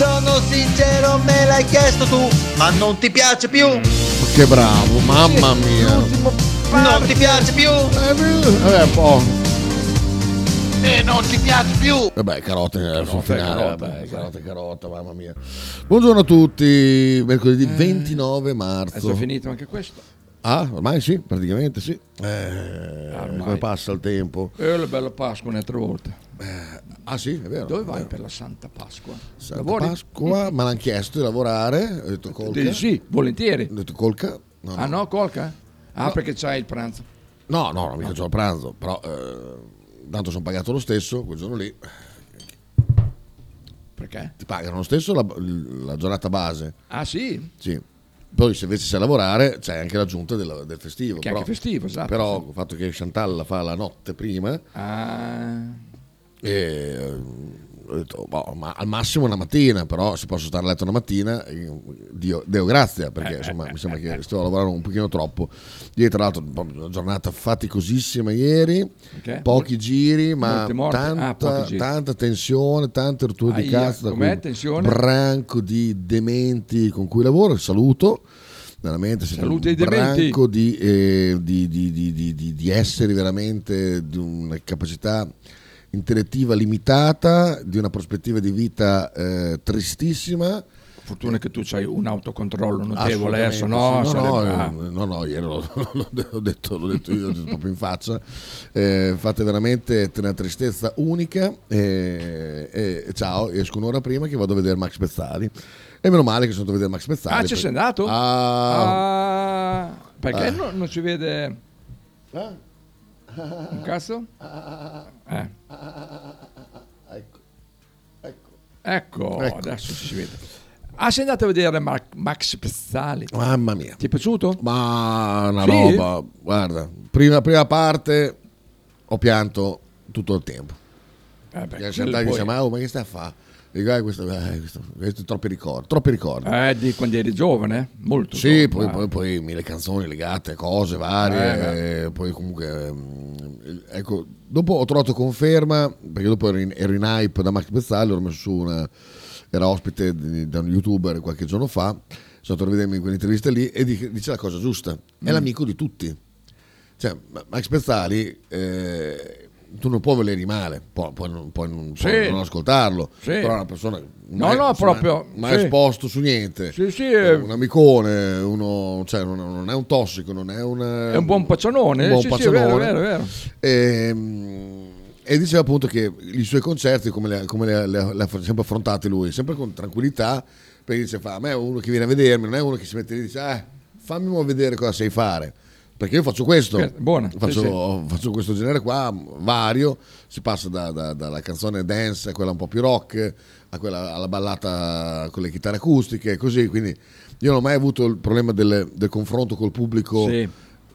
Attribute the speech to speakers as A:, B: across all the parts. A: Sono sincero, me l'hai chiesto tu, ma non ti piace più.
B: Che bravo, mamma mia.
A: Non ti piace più.
B: Eh, Vabbè, un po'.
A: E non ti piace più.
B: Vabbè, carote nel suo finale.
C: carote,
B: vabbè,
C: eh.
B: carote, carota, mamma mia. Buongiorno a tutti, mercoledì 29 marzo.
C: Eh, Adesso è finito anche questo.
B: Ah, ormai sì, praticamente sì. Eh,
C: Ormai.
B: come passa il tempo?
C: E Eh, la bella Pasqua un'altra volta.
B: Ah sì, è vero.
C: Dove vai
B: Eh,
C: per la Santa Pasqua?
B: Santa
C: Lavori?
B: Certo, Pasqua, me l'hanno chiesto di lavorare, ho detto colca.
C: Eh, sì, volentieri.
B: Ho detto colca. No,
C: Ah no, Colca? Ah, perché c'hai il pranzo.
B: No, no, non
C: Ah.
B: mica c'ho il pranzo, però eh, tanto sono pagato lo stesso, quel giorno lì
C: Perché?
B: ti pagano lo stesso la, la giornata base.
C: Ah sì,
B: Sì. Poi se invece sai lavorare c'è anche l'aggiunta del, del festivo.
C: che è anche festivo, esatto.
B: Però il fatto che Chantal la fa la notte prima,
C: Ah,
B: e, eh, ho detto, boh, ma al massimo una mattina, però se posso stare a letto una mattina, eh, Dio, Deo grazia,
C: Eh.
B: perché insomma mi sembra che sto lavorando un pochino troppo. Ieri tra l'altro proprio una giornata faticosissima ieri,
C: Perché?
B: pochi giri, ma
C: Molte morti. Ah,
B: tanta,
C: pochi giri.
B: tanta tensione, tante rotture di
C: Aia,
B: cazzo da
C: com'è?
B: quel
C: Tensione?
B: branco di dementi con cui lavoro, saluto. Veramente siete
C: Saluti
B: un
C: ai dementi.
B: branco di, eh, di- di- di- di- di- di esseri veramente di una capacità intellettiva limitata, di una prospettiva di vita eh, tristissima.
C: fortuna che tu hai un autocontrollo notevole eh,
B: Assolutamente,
C: adesso, no?
B: sì, No,
C: Sarebbe- Ah.
B: no, eh, no, no, ieri l'ho, l'ho detto, l'ho detto io l'ho detto proprio in faccia. Eh, fate veramente una tristezza unica. eh, eh, ciao, esco un'ora prima che vado a vedere Max Pezzali. E meno male che sono andato a vedere Max Pezzali.
C: Ah, ci sei andato?
B: Ah,
C: Ah, perché
B: Ah.
C: no- non si vede
B: Ah,
C: un cazzo? Eh,
B: ecco, ecco.
C: ecco,
B: Ecco.
C: adesso ci si vede. Ah, sei andato a vedere Mar- Max Pezzali.
B: Mamma mia.
C: Ti è piaciuto?
B: Ma una
C: Sì?
B: roba, guarda, prima, prima parte ho pianto tutto il tempo.
C: Eh, beh,
B: Perché
C: quello
B: Chantal dice,
C: poi-
B: ma, oh, ma che stai a fare? Dico, "Eh, questo, eh, questo- questo- troppi ricordi, troppi ricordi.
C: Eh, di quando eri giovane, molto. giovane,
B: Sì, poi,
C: ma-
B: poi, poi mille canzoni legate, cose varie,
C: Eh,
B: eh, poi comunque... mm, Ecco, dopo ho trovato conferma, perché dopo ero in, ero in hype da Max Pezzali, ho messo su una... era ospite di- da un youtuber qualche giorno fa, sono andato a rivedermi quell'intervista lì e dice, dice la cosa giusta,
C: Mm.
B: è l'amico di tutti. Cioè, Ma- Max Pezzali, eh, tu non puoi volergli male, puoi, puoi non- puoi non,
C: Sì.
B: puoi non ascoltarlo,
C: Sì.
B: però è una persona...
C: No,
B: mai-
C: no,
B: insomma,
C: proprio,
B: Mai
C: sì.
B: esposto su niente.
C: Sì, sì,
B: Eh,
C: eh.
B: un amicone, uno, cioè, non, non è un tossico, non è un...
C: È un buon paccianone,
B: un buon
C: sì,
B: paccianone.
C: sì, è vero, è vero, è vero.
B: Ehm, E, diceva appunto che i suoi concerti, come li ha- come li ha- li ha- li ha sempre affrontati lui, sempre con tranquillità, perché dice, fa, a me è uno che viene a vedermi, non è uno che si mette lì e dice, "Ah, fammi mo vedere cosa sai fare. Perché io faccio questo,
C: Eh, buona, sì,
B: faccio, faccio questo genere qua, vario, si passa da- da- dalla canzone dance a quella un po' più rock, a quella alla ballata con le chitarre acustiche, così, quindi io non ho mai avuto il problema del, del confronto col pubblico
C: Sì.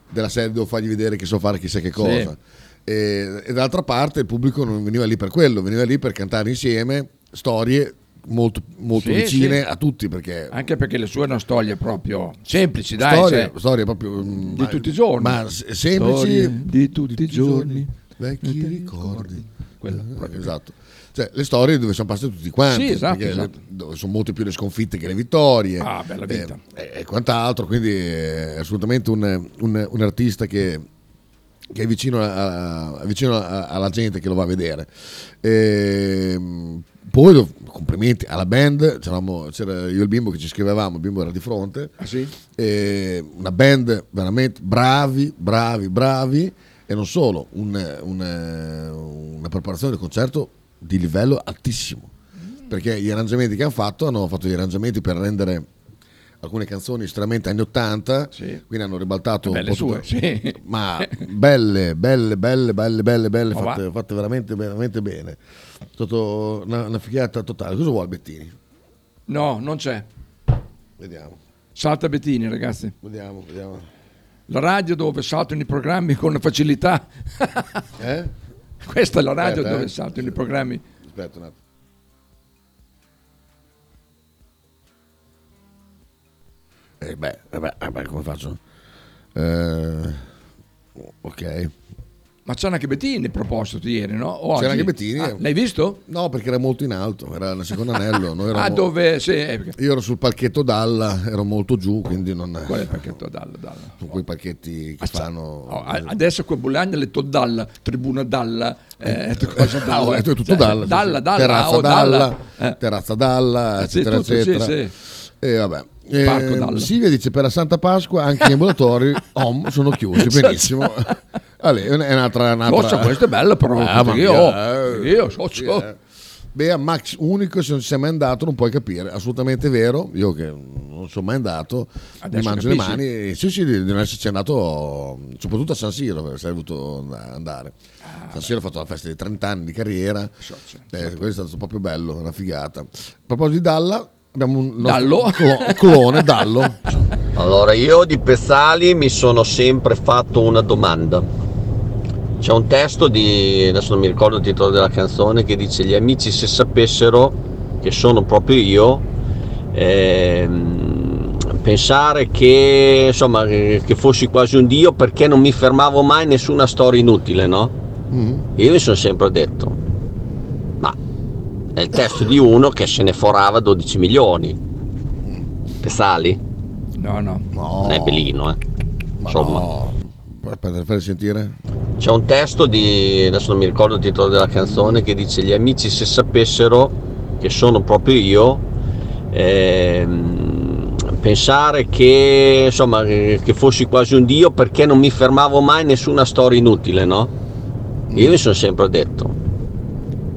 B: della serie devo fargli vedere che so fare chissà che cosa. E, e dall'altra parte il pubblico non veniva lì per quello, veniva lì per cantare insieme storie molto, molto
C: Sì,
B: vicine
C: sì.
B: a tutti perché
C: Anche perché le sue erano storie proprio semplici, dai.
B: storie,
C: cioè,
B: storie proprio mm,
C: di tutti i giorni.
B: ma s- semplici
C: Storie di tutti i giorni.
B: vecchi ricordi.
C: Quella,
B: Eh,
C: proprio.
B: esatto. Cioè, le storie dove sono passati tutti quanti,
C: Sì, esatto,
B: perché le-
C: esatto.
B: dove sono molte più le sconfitte che le vittorie
C: Ah, bella vita.
B: eh, e, e quant'altro, quindi è assolutamente un, un- un artista che, che è vicino, a- a- vicino a- alla gente che lo va a vedere. Ehm, poi do- complimenti alla band, c'eravamo- c'era io e il bimbo che ci scrivevamo, il bimbo era di fronte,
C: Ah, sì?
B: e una band veramente bravi, bravi, bravi e non solo, un- un- una preparazione del concerto di livello altissimo
C: Mm.
B: perché gli arrangiamenti che hanno fatto hanno fatto gli arrangiamenti per rendere alcune canzoni estremamente anni 80
C: Sì.
B: quindi hanno ribaltato
C: Beh,
B: un
C: le
B: po'
C: sue,
B: tutto-
C: sì.
B: ma belle, belle, belle, belle, belle, belle,
C: Ma
B: fatte,
C: va.
B: fatte veramente, veramente bene. È stata una, una figata totale. Cosa vuole Bettini?
C: No, non c'è.
B: Vediamo.
C: Salta Bettini, ragazzi.
B: Vediamo, vediamo.
C: La radio dove saltano i programmi con facilità.
B: Eh?
C: Questa è la radio
B: Aspetta, eh.
C: dove saltano i programmi.
B: Aspetta un attimo. Eh beh, eh beh, eh beh, come faccio? Eh, ok.
C: Ma c'era anche Bettini proposto ieri, no? O
B: C'era
C: oggi?
B: anche Bettini. eh.
C: Ah, l'hai visto?
B: No, perché era molto in alto, era il secondo anello. Noi
C: Ah,
B: eravamo-
C: dove? Sì, eh, perché-
B: Io ero sul palchetto Dalla, ero molto giù, quindi non...
C: qual è il pacchetto? Dalla, dalla.
B: Con quei parchetti che
C: Ah, c'è-
B: fanno...
C: oh, a- adesso con Bologna ha letto Dalla, Tribuna Dalla, eh, è cosa Dalla.
B: Ah, ho detto tutto
C: Cioè,
B: Dalla, sì,
C: Dalla,
B: sì.
C: Dalla,
B: terrazza
C: oh,
B: Ah, Dalla,
C: Eh,
B: terrazza Dalla,
C: sì,
B: eccetera,
C: tutto, sì,
B: eccetera. E vabbè.
C: Parco
B: Eh,
C: Dalla.
B: Silvia dice per la Santa Pasqua anche gli ambulatori om sono chiusi, benissimo. Allora, è un- è un'altra... un'altra...
C: Boccia, questo è bello però, perché
B: Ah, mamma
C: io,
B: mia, eh,
C: perché io socio.
B: sì, eh. Bea, Max unico, se non ci sei mai andato non puoi capire, assolutamente vero, io che non sono mai andato,
C: Adesso
B: mi mangio
C: capisci?
B: le mani, sì sì, di di non esserci andato soprattutto a San Siro, perché sarei dovuto and- andare.
C: Ah,
B: San Siro ha fatto la festa dei 30 anni di carriera,
C: Socio.
B: eh, quello è stato proprio bello, una figata. A
C: Eh.
B: proposito di Dalla, abbiamo un nostro
C: Dallo?
B: clo- clone, Dallo,
A: Allora, io di Pezzali mi sono sempre fatto una domanda. C'è un testo di, adesso non mi ricordo il titolo della canzone, che dice gli amici se sapessero che sono proprio io, ehm, pensare che, insomma, che che fossi quasi un dio perché non mi fermavo mai a nessuna storia inutile, no?
B: Mm.
A: Io mi sono sempre detto, ma è il testo di uno che se ne forava 12 milioni. Pezzali?
C: No, no.
B: no,
A: Non è bellino, eh.
B: Oh. ma
A: Insomma,
B: no. Aspetta, fai sentire?
A: c'è un testo di. adesso non mi ricordo il titolo della canzone che dice gli amici se sapessero che sono proprio io. ehm, pensare che insomma eh, che che fossi quasi un dio perché non mi fermavo mai a nessuna storia inutile, no? Io mi sono sempre detto.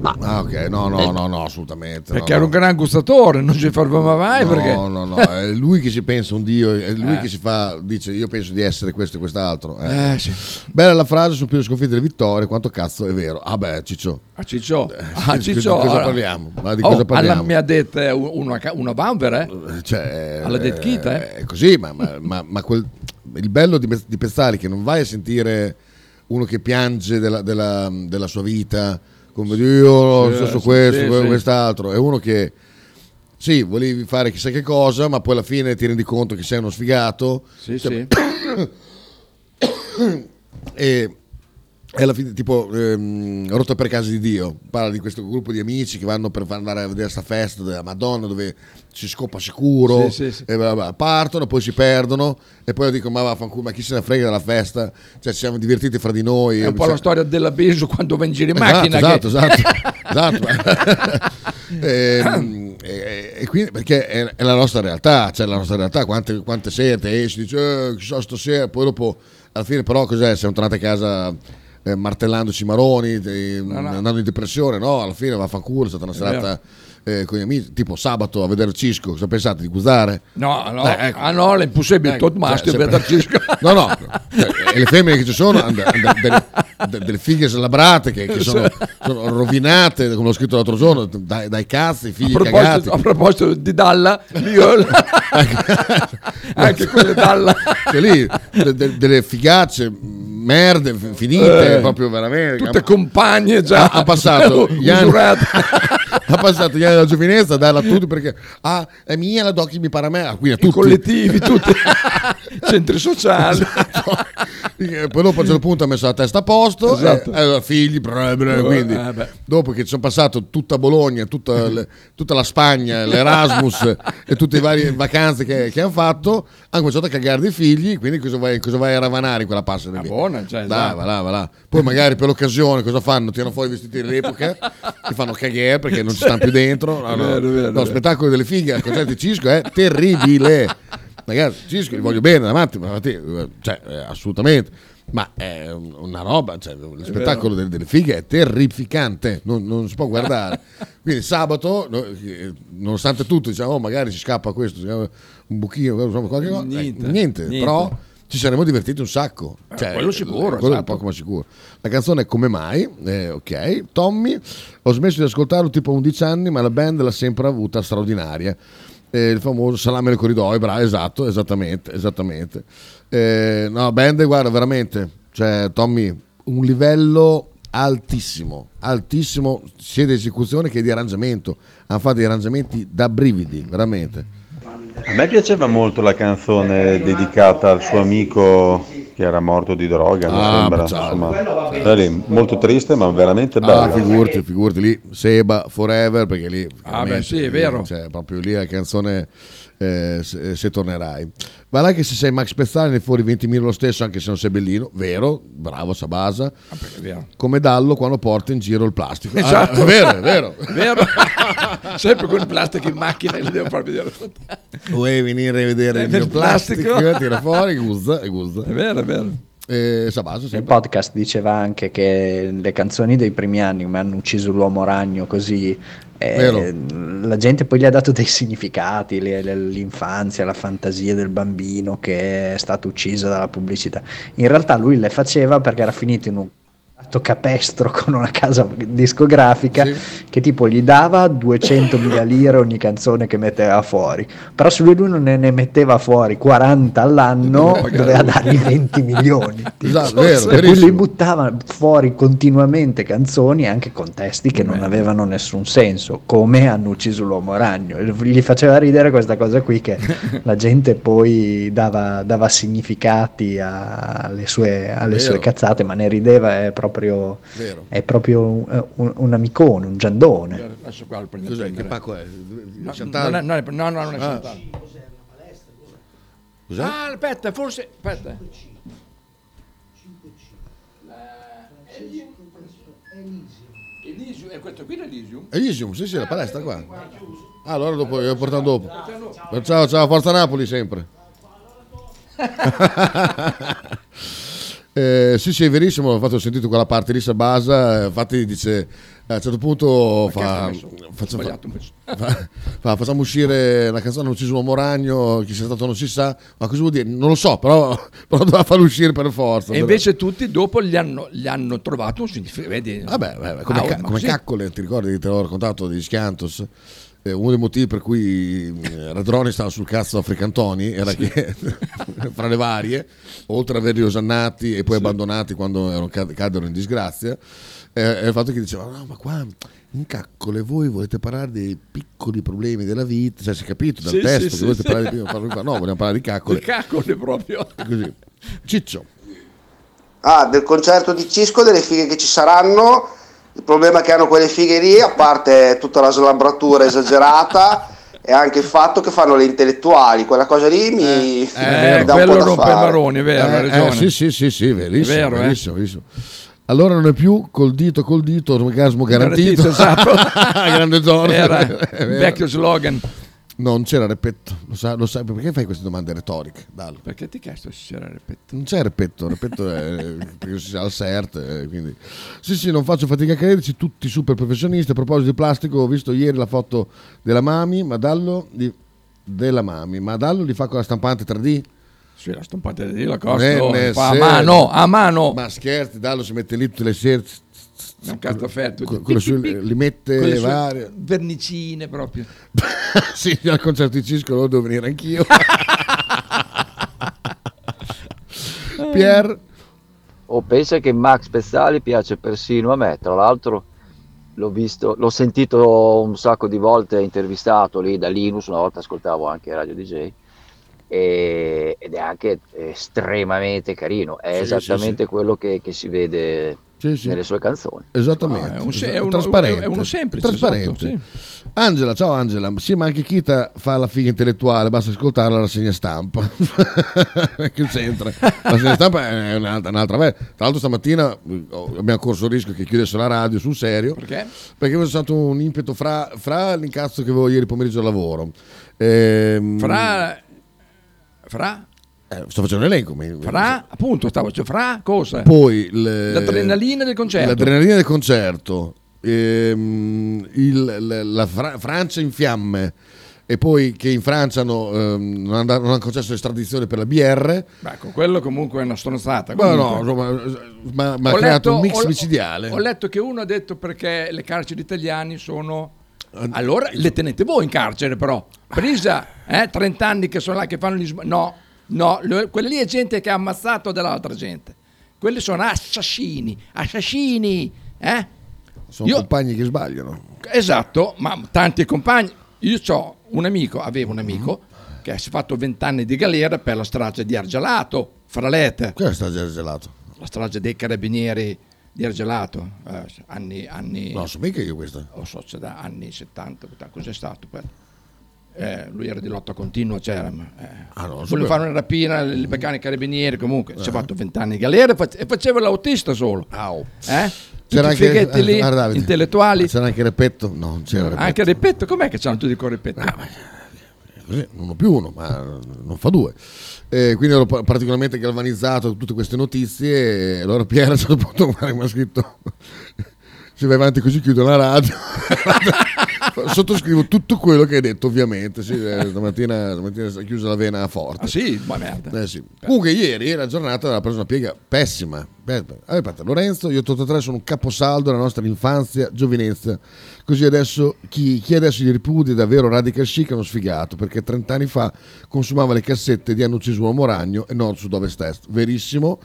A: Ma
B: Ah ok, no, no, no, no, assolutamente. no,
C: eh, Perché
B: no.
C: era un gran gustatore, non ci fermava mai
B: no,
C: perché...
B: no, eh. no, è lui che si pensa un dio, è lui
C: Eh.
B: che si fa, dice io penso di essere questo e quest'altro. eh.
C: Eh sì,
B: Bella la frase su più le sconfitte delle vittorie, quanto cazzo è vero. Ah beh, Ciccio,
C: a Ciccio, a
B: Eh, di
C: Ciccio.
B: cosa
C: allora-
B: parliamo? Ma di cosa
C: Oh,
B: parliamo?
C: Alla mia detta una, ca- una vanvera, eh?
B: cioè,
C: Alla Dead Kid, eh?
B: È così, ma, ma- ma- ma quel- il bello di, di Pezzali è che non vai a sentire uno che piange della, della- della sua vita, come dire io non
C: Sì,
B: so so
C: sì,
B: questo,
C: sì,
B: quello,
C: sì.
B: quest'altro, è uno che sì, volevi fare chissà che cosa, ma poi alla fine ti rendi conto che sei uno sfigato
C: Sì,
B: Cioè,
C: sì.
B: e e alla fine tipo ehm, rotto per casa di Dio parla di questo gruppo di amici che vanno per andare a vedere questa festa della Madonna dove si scopa sicuro
C: Sì, sì, sì.
B: e bla bla bla. partono poi si perdono e poi dico ma vaffanculo ma chi se ne frega della festa cioè ci siamo divertiti fra di noi cioè,
C: È un po' la storia della Benzo quando va in giro in
B: Esatto,
C: macchina.
B: esatto,
C: che-
B: esatto, esatto.
C: Ah.
B: Ehm, e, e quindi perché è, è la nostra realtà, cioè la nostra realtà, quante, quante sere esci, dici eh, chissà stasera, poi dopo alla fine però cos'è, siamo tornati a casa eh, martellandoci i maroni, eh,
C: no.
B: andando in depressione, no, alla fine vaffanculo, è stata una serata eh, con gli amici, tipo sabato a vedere Cisco, cosa pensate di guzzare?
C: No, no,
B: Eh, ecco.
C: ah no, è impossibile,
B: Ecco,
C: tot master
B: cioè,
C: per darci
B: No, no, cioè, e le femmine che ci sono, hanno de- hanno de- de- delle figlie slabbrate che, che sono, sono rovinate, come ho scritto l'altro giorno, dai, dai cazzi,
C: A
B: figli cagati.
C: proposito, a proposito di Dalla, io anche quelle Dalla.
B: Cioè lì, de- de- delle figacce, merde, f- finite,
C: Eh,
B: proprio veramente.
C: Tutte
B: Ha-
C: compagne
B: ha,
C: già.
B: ha passato gli anni,
C: usurate.
B: ha passato gli anni della giovinezza a darla a tutti perché ah, è mia la doc mi para a me ah, quindi a
C: I
B: tutti
C: collettivi, tutti. Centri sociali.
B: Eh, poi dopo a un certo punto ha messo la testa a posto
C: Esatto.
B: eh, allora, figli bra, bra,
C: Eh,
B: quindi
C: eh, beh.
B: dopo che ci sono passato tutta Bologna tutta, le- tutta la Spagna l'Erasmus e tutte le varie vacanze che, che hanno fatto hanno cominciato a cagare dei figli quindi cosa vai, cosa vai a ravanare in quella passera
C: Ah,
B: lì
C: buona, cioè,
B: Dai,
C: esatto.
B: va là, va là. poi magari per l'occasione cosa fanno tirano fuori i vestiti dell'epoca ti fanno cagare perché non ci stanno più dentro no, no.
C: Vero, vero,
B: No,
C: vero.
B: spettacolo delle fighe al concerto di Cisco è terribile. Ragazzi, Cisco, gli voglio bene, davanti, ma davanti, eh, cioè, eh, assolutamente. Ma è un- una roba, cioè, lo spettacolo delle, delle fighe è terrificante, non, non si può guardare. Quindi sabato, no, eh, nonostante tutto, diciamo, oh, magari ci scappa questo, ci scappa un buchino, insomma, qualche cosa, eh, niente,
C: Niente. Niente. Eh,
B: però ci saremmo divertiti un sacco. Cioè,
C: quello sicuro,
B: quello è
C: esatto.
B: poco ma sicuro. La canzone è Come mai, eh, ok. Tommy, ho smesso di ascoltarlo tipo a 11 anni, ma la band l'ha sempre avuta straordinaria. eh, il famoso salame nel corridoio, bravo, esatto, esattamente, esattamente. Eh, no, Band, guarda, veramente, cioè, Tommy, un livello altissimo, altissimo sia di esecuzione che di arrangiamento. Hanno fatto dei arrangiamenti da brividi, veramente.
D: A me piaceva molto la canzone dedicata al suo amico che era morto di droga, mi
B: Ah,
D: sembra.
B: Pacciaro.
D: Insomma, era lì, molto triste, ma veramente bella.
B: Ah, figurati, figurati lì, Seba Forever, perché lì...
C: Ah,
B: veramente,
C: beh, sì, è vero.
B: Cioè, proprio lì la canzone eh, se, se tornerai. Ma là che se sei Max Pezzali ne fuori 20.000 lo stesso, anche se non sei bellino, vero, bravo Sabasa,
C: Ah, perché è vero.
B: come Dallo quando porta in giro il plastico. Ah,
C: Esatto.
B: è vero, è vero.
C: Vero? Sempre con il plastico in macchina e lo devo far vedere.
B: Vuoi venire a vedere
C: Eh,
B: il
C: del
B: mio plastico? Eh,
C: plastico.
B: Tira fuori, guzza, e guzza.
C: È vero, è vero.
B: Eh, Sabasa
E: Nel
B: sempre.
E: podcast diceva anche che le canzoni dei primi anni, come hanno ucciso l'uomo ragno, così eh,
B: Vero.
E: la gente poi gli ha dato dei significati, le- le- l'infanzia, la fantasia del bambino che è stato ucciso dalla pubblicità. In realtà lui le faceva perché era finito in un contratto capestro con una casa discografica
B: Sì.
E: che tipo gli dava 200.000 lire ogni canzone che metteva fuori però se lui lui non ne, ne metteva fuori 40 all'anno
C: Doveva pagare
E: doveva
C: lui.
E: dargli 20 milioni
B: Esatto, vero,
E: per cui
B: verissimo.
E: lui buttava fuori continuamente canzoni anche con testi che
B: Eh.
E: non avevano nessun senso, come hanno ucciso l'uomo ragno. Gli faceva ridere questa cosa qui che la gente poi dava, dava significati a- alle, sue, alle
B: Vero.
E: sue cazzate, ma ne rideva è proprio,
B: Vero.
E: è proprio un, un- un amicone, un giandone.
C: Adesso qua lo prendo. a
B: Cos'è? Che
C: prendere.
B: pacco è?
C: No,
B: Chantal? Ah.
C: non è- non è- no, no, non è Chantal.
B: Cos'è?
C: Ah, aspetta, forse. Aspetta. Elysium, e questo qui è Elysium?
B: Elysium, sì, sì, la palestra qua. Ah, allora dopo, io porto dopo. Ciao, ciao, Forza Napoli sempre. Eh, sì, sì, è verissimo. Infatti, ho sentito quella parte lì, Sabasa. eh, Infatti, dice a un certo punto fa,
C: Che ho messo?
B: faccia-
C: Ho sbagliato, ho messo.
B: fa- fa- facciamo uscire la canzone. Non ucciso l'uomo ragno. Chi sia stato non si sa. Ma cosa vuol dire? Non lo so, però, però doveva farlo uscire per forza.
C: E invece tutti dopo gli hanno, gli hanno trovato un significato. Vedi?
B: Vabbè, vabbè, come,
C: Ah,
B: ca-
C: ma
B: come
C: sì.
B: caccole, ti ricordi, te l'ho raccontato di Schiantos? Eh, uno dei motivi per cui eh, Radroni stava sul cazzo a Fricantoni era che, fra le varie, oltre ad averli osannati e poi abbandonati quando erano cad- caddero in disgrazia, eh, era il fatto che diceva, no, ma qua in caccole voi volete parlare dei piccoli problemi della vita, cioè si è capito dal
C: Sì,
B: testo
C: sì,
B: che
C: sì,
B: volete
C: sì.
B: parlare di piccoli no, vogliamo parlare di
C: Di
B: caccole.
C: caccole proprio.
B: Così. Ciccio,
F: Ah, del concerto di Cisco, delle fighe che ci saranno. Il problema è che hanno quelle fighe lì, a parte tutta la slambratura esagerata, e anche il fatto che fanno le intellettuali. Quella cosa lì mi, mi
B: Eh,
C: Eh,
F: dà un
C: quello
F: po' da
C: rompe i
F: fare.
C: maroni, è vero, hai
B: Eh,
C: ragione.
B: eh, sì, sì, sì, sì, verissimo,
C: È vero, eh.
B: verissimo, verissimo. Allora non è più col dito, col dito, orgasmo garantito.
C: Esatto.
B: Grande zona.
C: Era
B: È
C: il
B: vero.
C: vecchio slogan.
B: No, non c'era repetto, lo sai, lo sai, perché fai queste domande retoriche? Dallo.
C: Perché ti ho chiesto se c'era il repetto?
B: Non c'è repetto, repetto è perché si sa al CERT, eh, quindi... Sì, sì, non faccio fatica a crederci, tutti super professionisti. A proposito di plastico, ho visto ieri la foto della Mami, ma Dallo di- della Mami, ma Dallo li fa con la stampante 3D?
C: Sì, la stampata di la
B: Eh,
C: cosa.
B: nel
C: A
B: serio.
C: mano, a mano.
B: Ma scherzi, Dallo si mette lì tutte le sere
C: È un cartaferto.
B: que- quello su- li mette
C: Quelle sue
B: varie.
C: Vernicine proprio.
B: sì, al concerto di Cisco lo devo venire anch'io. Pier,
C: Eh,
G: Oh, pensa che Max Pezzali piace persino a me, tra l'altro l'ho visto, l'ho sentito un sacco di volte intervistato lì da Linus, una volta ascoltavo anche Radio DJ e- ed è anche estremamente carino, è
B: Sì, sì,
G: esattamente quello che, che si vede
B: Sì, sì.
G: nelle sue canzoni.
B: esattamente.
C: Ah, è un se-
B: Esa-
C: è uno-
B: trasparente.
C: è uno semplice,
B: Trasparente.
C: esatto,
B: Angela, ciao Angela. Sì, ma anche Kita fa la figa intellettuale, basta ascoltare la rassegna stampa. che c'entra? La rassegna stampa è un'altra, un'altra. beh, Tra l'altro stamattina eh, abbiamo corso il rischio che chiudesse la radio sul serio.
C: Perché?
B: Perché c'è stato un impeto fra, fra l'incazzo che avevo ieri pomeriggio al lavoro. Ehm,
C: Fra.
B: Mm.
C: Fra.
B: eh, sto facendo un elenco. mi-
C: Fra. Appunto, stavo. Cioè, fra cosa?
B: Poi le-
C: L'adrenalina del concerto.
B: L'adrenalina del concerto. Ehm, il- la- la Fra- Francia in fiamme. E poi che in Francia hanno, ehm, non, hanno, non hanno concesso l'estradizione per la BR.
C: Beh, con quello comunque è una stronzata.
B: Ma
C: comunque.
B: no, insomma, ma, ma ha
C: Ho
B: creato
C: letto-
B: un mix
C: ho-
B: micidiale.
C: Ho letto che uno ha detto perché le carceri italiane sono Allora le tenete voi in carcere però. Prisa, eh, 30 anni che sono là che fanno gli sb- No, no, lo- quella lì è gente che ha ammazzato dell'altra gente. Quelli sono assassini, assassini, eh?
B: Sono
C: Io-
B: compagni che sbagliano.
C: Esatto, ma tanti compagni. Io ho un amico, avevo un amico
B: Mm.
C: che si è fatto 20 anni di galera per la strage di Argelato, Fralete,
B: Quello sta già gelato.
C: la strage dei carabinieri di Argelato, eh, anni, anni,
B: No, so mica io questa.
C: o so, se da anni 70, 80, cos'è stato? quello? Eh, lui era di lotta continua, c'era. ma, eh,
B: Ah, no,
C: voleva
B: lo sapevo. Mm. Eh.
C: fare una rapina, li beccavano i carabinieri, comunque ci ha fatto 20 anni di galera e face- e faceva l'autista solo. Eh? Tutti i fighetti
B: eh,
C: lì,
B: guarda, Davide,
C: intellettuali. Ah,
B: C'era anche Repetto. No, non c'era Repetto.
C: Anche Repetto, com'è che c'hanno tutti con Repetto?
B: Ah, Così, Eh, uno più uno, ma non fa due. Eh, quindi ero pa- particolarmente galvanizzato da tutte queste notizie. E allora Piero a un certo punto guarda, mi ha scritto: Se vai avanti così, chiudo la radio. Sottoscrivo tutto quello che hai detto, ovviamente. Sì, eh, stamattina, stamattina si è chiusa la vena forte.
C: Ah sì, ma merda.
B: Eh sì. Comunque ieri la giornata aveva preso una piega pessima. Pe- pe- Aveva fatto Lorenzo, io 83 sono un caposaldo della nostra infanzia, giovinezza. Così adesso chi, chi adesso li ripudia è davvero radical chic è uno sfigato, perché 30 anni fa consumava le cassette di Hanno ucciso un uomo ragno e nord sud ovest est. Verissimo.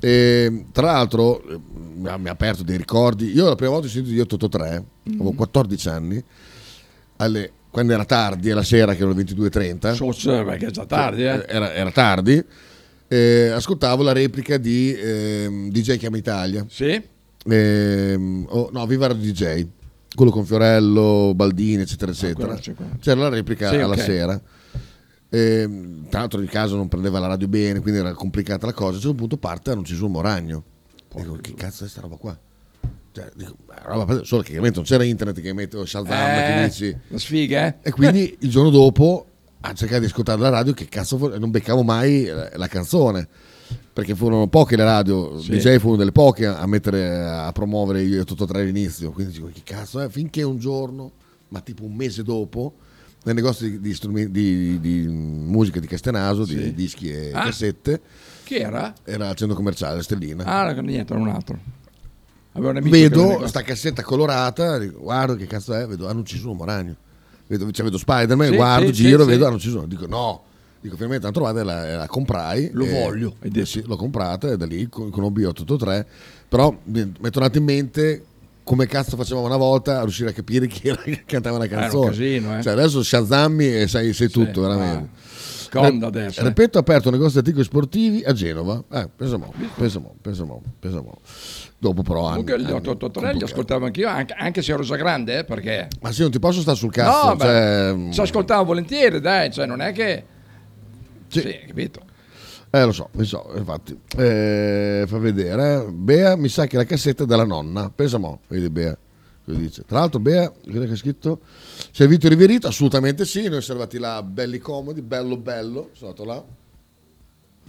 B: E, tra l'altro eh, mi ha mi ha aperto dei ricordi. Io la prima volta ho sentito gli 883, avevo 14 anni, alle- quando era tardi, era sera che erano le 22.30.
C: So, so, perché è già tardi, eh.
B: Era, era tardi. Eh, ascoltavo la replica di ehm, DJ Chiama Italia.
C: Sì?
B: Ehm, oh, no, Viva Radio DJ. Quello con Fiorello, Baldini, eccetera,
C: Ah, quello
B: eccetera.
C: c'è qua.
B: C'era la replica
C: Sì,
B: alla
C: ok.
B: sera. Ehm, tra l'altro il caso non prendeva la radio bene, quindi era complicata la cosa. A un certo punto parte non ci sono Moragno. Dico, che cazzo è sta roba qua? Cioè, dico, "Ma roba- solo che chiaramente non c'era internet che mette Shazam che
C: Eh,
B: dici
C: La sfiga, eh?
B: e quindi il giorno dopo a cercare di ascoltare la radio, che cazzo fu- non beccavo mai la, la canzone. Perché furono poche le radio, DJ fu una delle poche a mettere a promuovere gli 883 all'inizio. Quindi dico, che cazzo è? Finché un giorno, ma tipo un mese dopo, nel negozio di, di strumenti- di- di- di musica di Castenaso, di dischi e
C: Ah.
B: cassette,
C: Chi era?
B: era al centro commerciale, la Stellina.
C: Ah, no, niente, era un altro. Avevo un amico che era
B: Vedo
C: negozio.
B: sta cassetta colorata, dico, guardo che cazzo è, vedo, "Ah, hanno ucciso un Moragno. Vedo, cioè, vedo Spider-Man,
C: Sì,
B: guardo,
C: sì,
B: giro,
C: sì,
B: vedo, ah,
C: sì.
B: hanno ucciso. Dico no, dico finalmente l'hanno trovata e la, e la comprai.
C: Lo
B: e-
C: voglio, hai detto.
B: sì, l'ho comprata e da lì con, con OB883. Però mi mi è tornato in mente come cazzo facevamo una volta a riuscire a capire chi era che cantava la
C: un
B: canzone.
C: casino, eh.
B: Cioè, adesso Shazammi e sai, sai tutto, veramente.
C: Sconda adesso. eh.
B: Repetto, ha aperto un negozio di articoli sportivi a Genova. Eh, pensiamo, pensiamo, pensiamo, pensiamo. Dopo però anni.
C: Comunque gli
B: anni
C: 883 li
B: complicati.
C: ascoltavo anch'io, anche, anche se ero già grande, eh, perché...
B: Ma sì, non ti posso stare sul cazzo.
C: no,
B: cioè,
C: ma ci ascoltavo volentieri, dai, cioè non è che...
B: Sì.
C: Sì, capito.
B: Eh, lo so, lo so, infatti. Eh, fa vedere. eh. Bea, mi sa che la cassetta è della nonna. Pensiamo, vedi Bea. cosa Dice. Tra l'altro, Bea, quello che ha scritto, servito e riverito? Assolutamente sì. Noi siamo arrivati là, belli comodi, bello, bello. Sono andato là.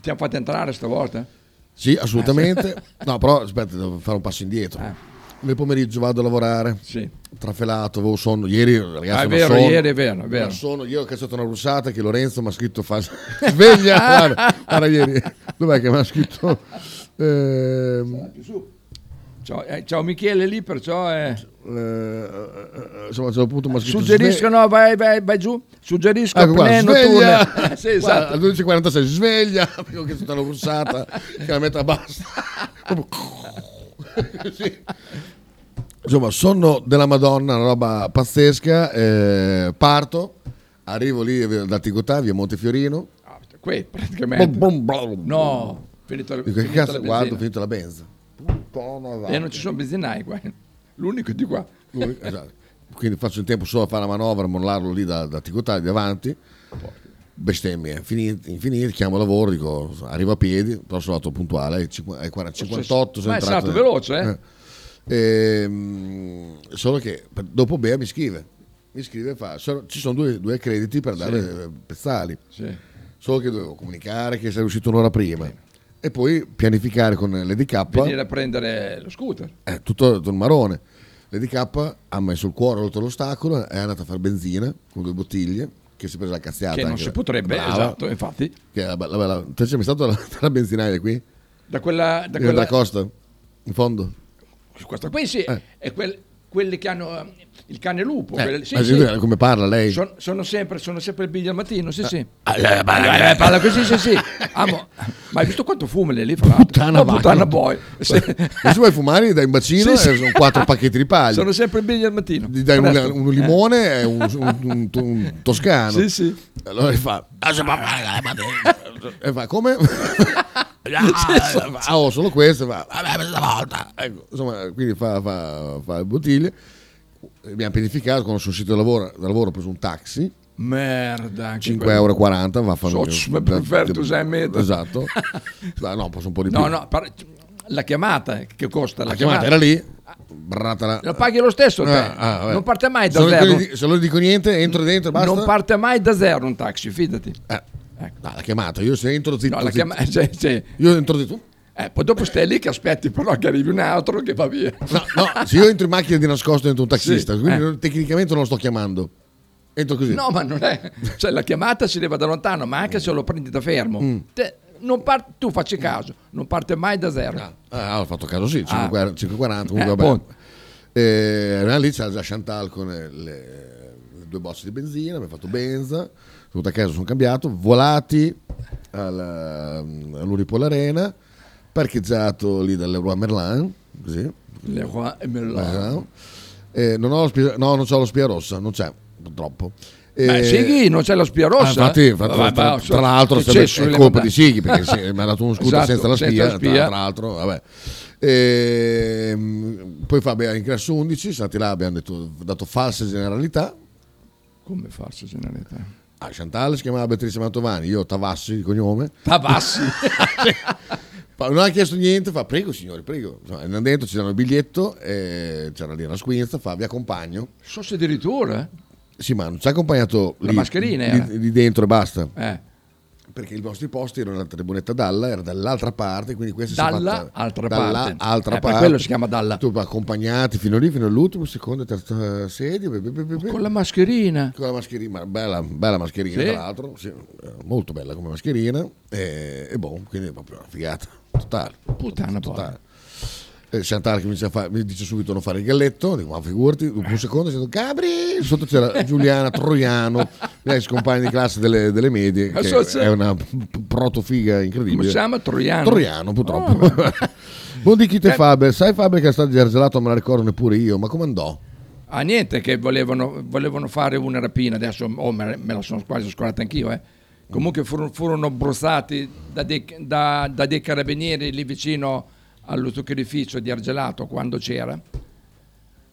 C: Ti hanno fatto entrare stavolta?
B: Sì, assolutamente. No, però aspetta, devo fare un passo indietro. Nel pomeriggio vado a lavorare.
C: Eh. Sì.
B: Trafelato, avevo sonno. Ieri, ragazzi,
C: Ah, è
B: non
C: vero,
B: sono.
C: ieri è vero, è vero.
B: Non sono, io ho cacciato una russata che Lorenzo mi ha scritto fa... sveglia, guarda, guarda ieri, dov'è che mi ha scritto? Ehm,
C: Ciao, eh, ciao Michele lì, perciò... eh,
B: eh, eh, insomma, a un certo punto mi ha scritto sve-
C: Suggeriscono, vai, vai, vai giù, suggerisco
B: Ecco, guarda,
C: pleno
B: sveglia,
C: turno. sì, esatto.
B: Guarda, alle 12.46 sveglia, perché ho cacciato una russata che la metà basta. Proprio- Sì. Insomma, sonno della Madonna, una roba pazzesca, eh, parto, arrivo lì eh, da Ticotà, via Montefiorino,
C: Ah, Qui praticamente.
B: Bom, bom, blom.
C: No, finito, il
B: Dico, che cazzo, guardo, ho finito la benza.
C: E Eh, non ci sono benzinai qua. L'unico di qua.
B: Lui, esatto. Quindi faccio in tempo solo a fare la manovra, a mollarlo lì da, da Ticotà, di avanti. Bestemmie, finite, infinite, chiamo al lavoro, dico, arrivo a piedi, però sono andato puntuale, ai cinqu- ai 40 58 sono
C: Ma è
B: entrato.
C: stato
B: nel-
C: veloce, eh?
B: Ehm, solo che per- dopo Bea mi scrive, mi scrive e fa, "Sono- ci sono due, due crediti per dare eh, pezzali.
C: Sì.
B: Solo che dovevo comunicare che sei uscito un'ora prima e poi pianificare con l'EDK
C: Venire a prendere lo scooter.
B: eh, tutto, tutto il marone. Lady K ha messo il cuore oltre l'ostacolo, è andata a fare benzina con due bottiglie, che si è presa la cazziata.
C: Che non
B: anche
C: si
B: la-
C: potrebbe,
B: brava,
C: esatto, infatti.
B: Che la, la, la, te c'è mai stato la, la benzinaia qui?
C: Da quella... Da
B: Quella...
C: quella
B: Della costa, in fondo.
C: questa qui sì.
B: Eh.
C: E quel, quelli che hanno eh, il cane lupo.
B: Eh,
C: quelli- sì,
B: ma
C: sì.
B: sentite come parla lei?
C: Son- sono sempre, sono sempre il biglio al mattino, sì, sì.
B: eh,
C: Eh, eh, parla così, sì, sì. Amo. Ma hai visto quanto fumo lì fra l'altro?
B: Puttana Eh,
C: No,
B: vacca.
C: puttana boy. Sì.
B: E se vuoi fumare gli dai un bacino
C: Sì, sì.
B: e eh, sono quattro pacchetti di paglia.
C: Sono sempre il biglio al mattino.
B: Gli dai un,
C: Presto.
B: un limone e un, un- un- un toscano.
C: Sì, sì.
B: Allora gli fa... "Ah, e fa come? ah, ho solo questo. Fa, "Vabbè, questa volta. Ecco, insomma, quindi fa, fa, fa le bottiglie. Abbiamo pianificato, quando sono uscito da lavoro, da lavoro ho preso un taxi,
C: Merda. anche
B: 5,40
C: quello.
B: euro, va a fare
C: Socio, ma perfetto, sei metro.
B: Esatto. Ma no, posso un po' di più.
C: No, no, par- la chiamata eh, che costa la,
B: La chiamata era lì, bratala.
C: Lo paghi lo stesso te.
B: Ah, ah, vabbè.
C: non parte mai da
B: Se non
C: zero.
B: gli dico- Se non gli dico niente, entro dentro, basta.
C: Non parte mai da zero un taxi, fidati.
B: Eh,
C: Ecco.
B: no, la chiamata, io se entro zitto,
C: No, la
B: zitto.
C: chiama- cioè, cioè,
B: Io entro zitto.
C: eh, poi dopo stai lì che aspetti però che arrivi un altro che va via.
B: No, no, se io entro in macchina di nascosto dentro un taxista,
C: Sì,
B: quindi
C: eh.
B: non- tecnicamente non lo sto chiamando. Entro così.
C: No, ma non è. Cioè, la chiamata si leva da lontano, ma anche se lo prendi da fermo.
B: Mm.
C: Te- non par- tu facci caso, non parte mai da zero.
B: Ah, ho fatto caso sì,
C: Ah.
B: 5,40, 5,40, comunque
C: Eh,
B: vabbè.
C: buono.
B: Eh, era lì c'era già Chantal con eh, le, le due bozze di benzina, abbiamo fatto benza, sono venuto a casa, sono cambiato, volati alla- all'Uripol Arena, parcheggiato lì dal Leroy Merlin, così.
C: Le qua e me lo-
B: Merlin. Eh, non ho lo spia- no, non c'ho lo spia rossa, non c'è, purtroppo. Eh,
C: Ma Sighi non c'è la spia rossa.
B: Ah, infatti, infatti,
C: Vabbè,
B: tra,
C: ma-
B: tra l'altro
C: che
B: sarebbe-
C: cesso
B: è
C: le
B: colpa
C: mandate.
B: di Sighi perché si- mi ha dato uno scooter
C: Esatto,
B: senza la spia,
C: senza la spia.
B: Tra, tra l'altro vabbè. Ehm, poi fa beh, ingresso 11 siamo stati là abbiamo detto, dato false generalità
C: Come farsi generalità?
B: Ah, Chantal si chiamava Beatrice Mantovani io Tavassi di cognome
C: Tavassi.
B: Fa- non ha chiesto niente fa prego signori prego Insomma, andiamo dentro ci danno il biglietto eh, c'era lì una squinza fa vi accompagno
C: so se addirittura. eh?
B: sì ma non ci ha accompagnato
C: La
B: lì-
C: mascherina
B: lì-
C: era.
B: lì dentro e basta
C: Eh,
B: perché i vostri posti erano nella tribunetta Dalla, era dall'altra parte, quindi questa si è
C: Dalla
B: fatta
C: altra
B: dalla
C: parte.
B: altra
C: Eh, per
B: parte.
C: quello si chiama Dalla.
B: Tu accompagnati fino lì, fino all'ultimo, secondo e terzo sedia, be- be- be- be-
C: con la mascherina.
B: con la mascherina, ma bella, bella mascherina
C: Sì.
B: tra l'altro, sì, eh, molto bella come mascherina e, e boh, quindi è proprio una figata totale.
C: Puttana poi.
B: totale. Eh, Chantal che mi dice, a fa- mi dice subito non fare il galletto, dico ma figurati,
C: Eh.
B: dopo un secondo sento Gabri, sotto c'era Giuliana Troiano, la ex compagna di classe delle, delle medie,
C: Ma
B: che
C: so se-
B: è una protofiga
C: Come si
B: incredibile.
C: chiama? Troiano. Ah. Eh.
B: Troiano purtroppo. Buon di chi te Faber, sai Faber che è stato gelato, me la ricordo neppure io, ma come andò?
C: Ah, niente, che volevano, volevano fare una rapina, adesso oh, me, me la sono quasi scordata anch'io. eh. Comunque furono, furono bruciati da dei, da- da dei carabinieri lì vicino allo zuccherificio di Argelato quando c'era.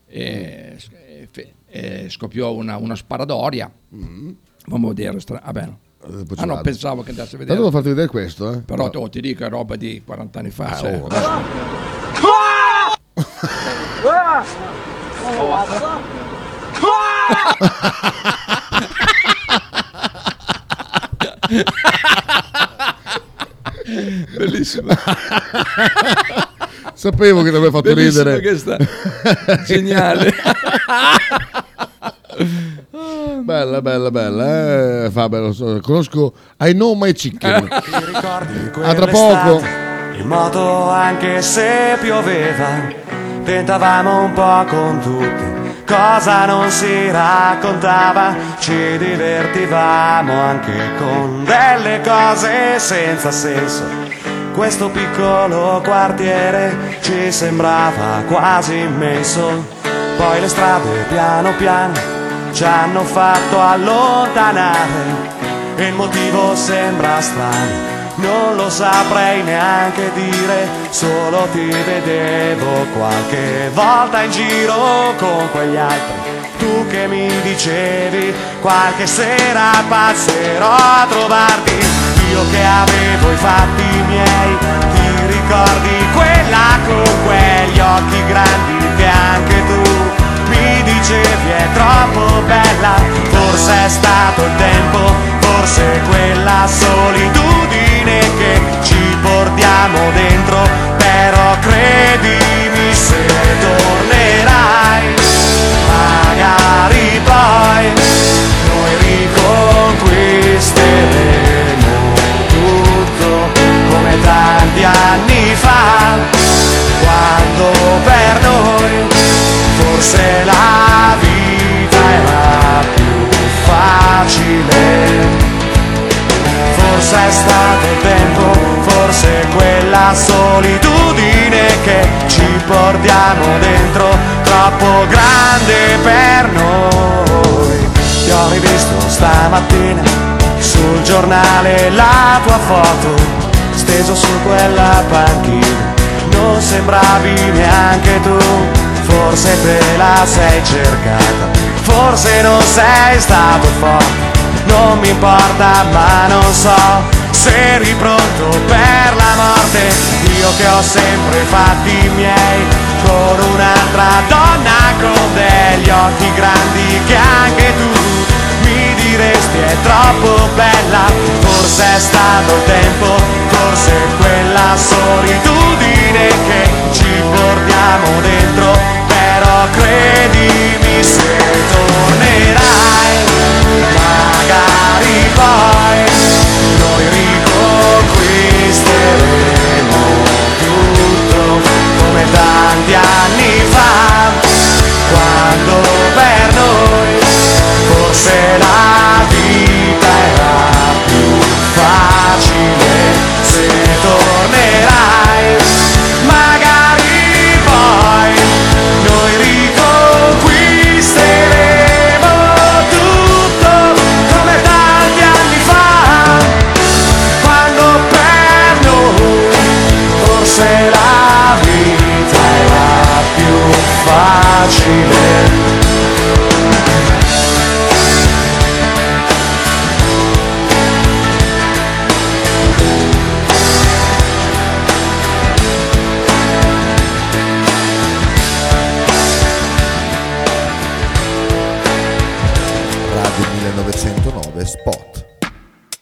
C: E, e fe- e scoppiò una, una sparadoria.
B: Mm.
C: Vamo a vedere. stra- ah, beh, no.
B: Eh, poi ci
C: Ah, no,
B: vado.
C: pensavo che andasse a
B: Tanto
C: vedere.
B: devo farti vedere questo, eh.
C: Però oh, ti dico è roba di 40 anni fa. cioè. se-
B: Oh, adesso-
C: Bellissimo.
B: Sapevo che ti avrebbe fatto
C: Bellissimo
B: ridere.
C: che sta. Geniale.
B: Bella, bella, bella. Eh, Faber, lo so, conosco I Know My Chicken. A tra poco.
H: In moto anche se pioveva, tentavamo un po' con tutti, cosa non si raccontava, ci divertivamo anche con delle cose senza senso. Questo piccolo quartiere ci sembrava quasi immenso, poi le strade piano piano ci hanno fatto allontanare e il motivo sembra strano. Non lo saprei neanche dire, solo ti vedevo qualche volta in giro con quegli altri. Tu che mi dicevi, qualche sera passerò a trovarti. Io che avevo i fatti miei, ti ricordi quella con quegli occhi grandi che anche tu mi dicevi è troppo bella, forse è stato il tempo, forse quella solitudine che ci portiamo dentro, però credimi se tornerai, magari poi noi riconquisteremo tutto come tanti anni fa, quando per noi forse se la vita era più facile. Forse è stato il tempo, forse quella solitudine che ci portiamo dentro, troppo grande per noi. Ti ho rivisto stamattina sul giornale la tua foto, steso su quella panchina, non sembravi neanche tu, forse te la sei cercata, forse non sei stato forte, non mi importa ma non so se eri pronto per la morte, io che ho sempre fatti i miei, con un'altra donna con degli occhi grandi che anche tu mi diresti è troppo bella, forse è stato il tempo, forse quella solitudine che ci portiamo dentro, però credimi se tornerai, magari poi noi riconquisteremo tutto come tanti anni fa, quando per noi Forse la vita era più facile se tornerai. Magari poi noi riconquisteremo tutto come tanti anni fa, quando per noi forse la vita era più facile.
I: Radio 1909 Spot.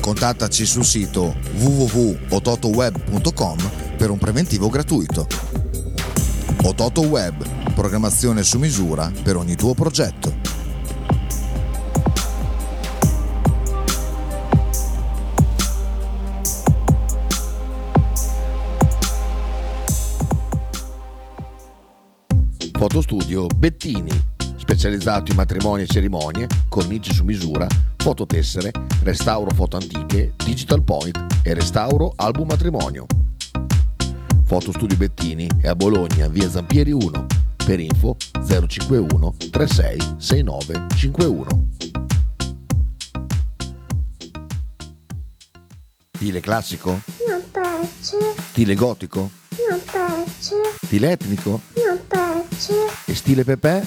J: Contattaci sul sito www.ototoweb.com per un preventivo gratuito. Ototo Web, programmazione su misura per ogni tuo progetto.
I: Fotostudio Bettini, specializzato in matrimoni e cerimonie, cornici su misura, fototessere, restauro foto antiche, digital point e restauro album matrimonio. Fotostudio Bettini è a Bologna, via Zampieri 1, per info 051 36 69 51. Stile classico?
K: Non piace,
I: Stile gotico?
K: non piace,
I: Stile etnico?
K: non piace.
I: E stile Pepe?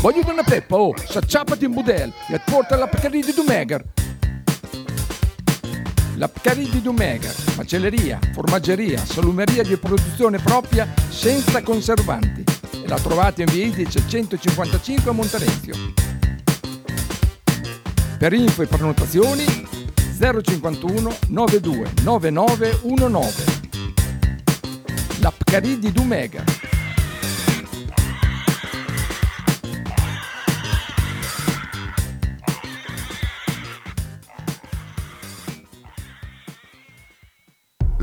C: Voglio una peppa, oh, s'acciappati in budel e porta la Pcaridi Dumegar. La Pcaridi Dumegar, macelleria, formaggeria, salumeria di produzione propria senza conservanti. E la trovate in via Idice 155 a Monterezio. Per info e prenotazioni 051 92 9919. La Pcaridi Dumegar.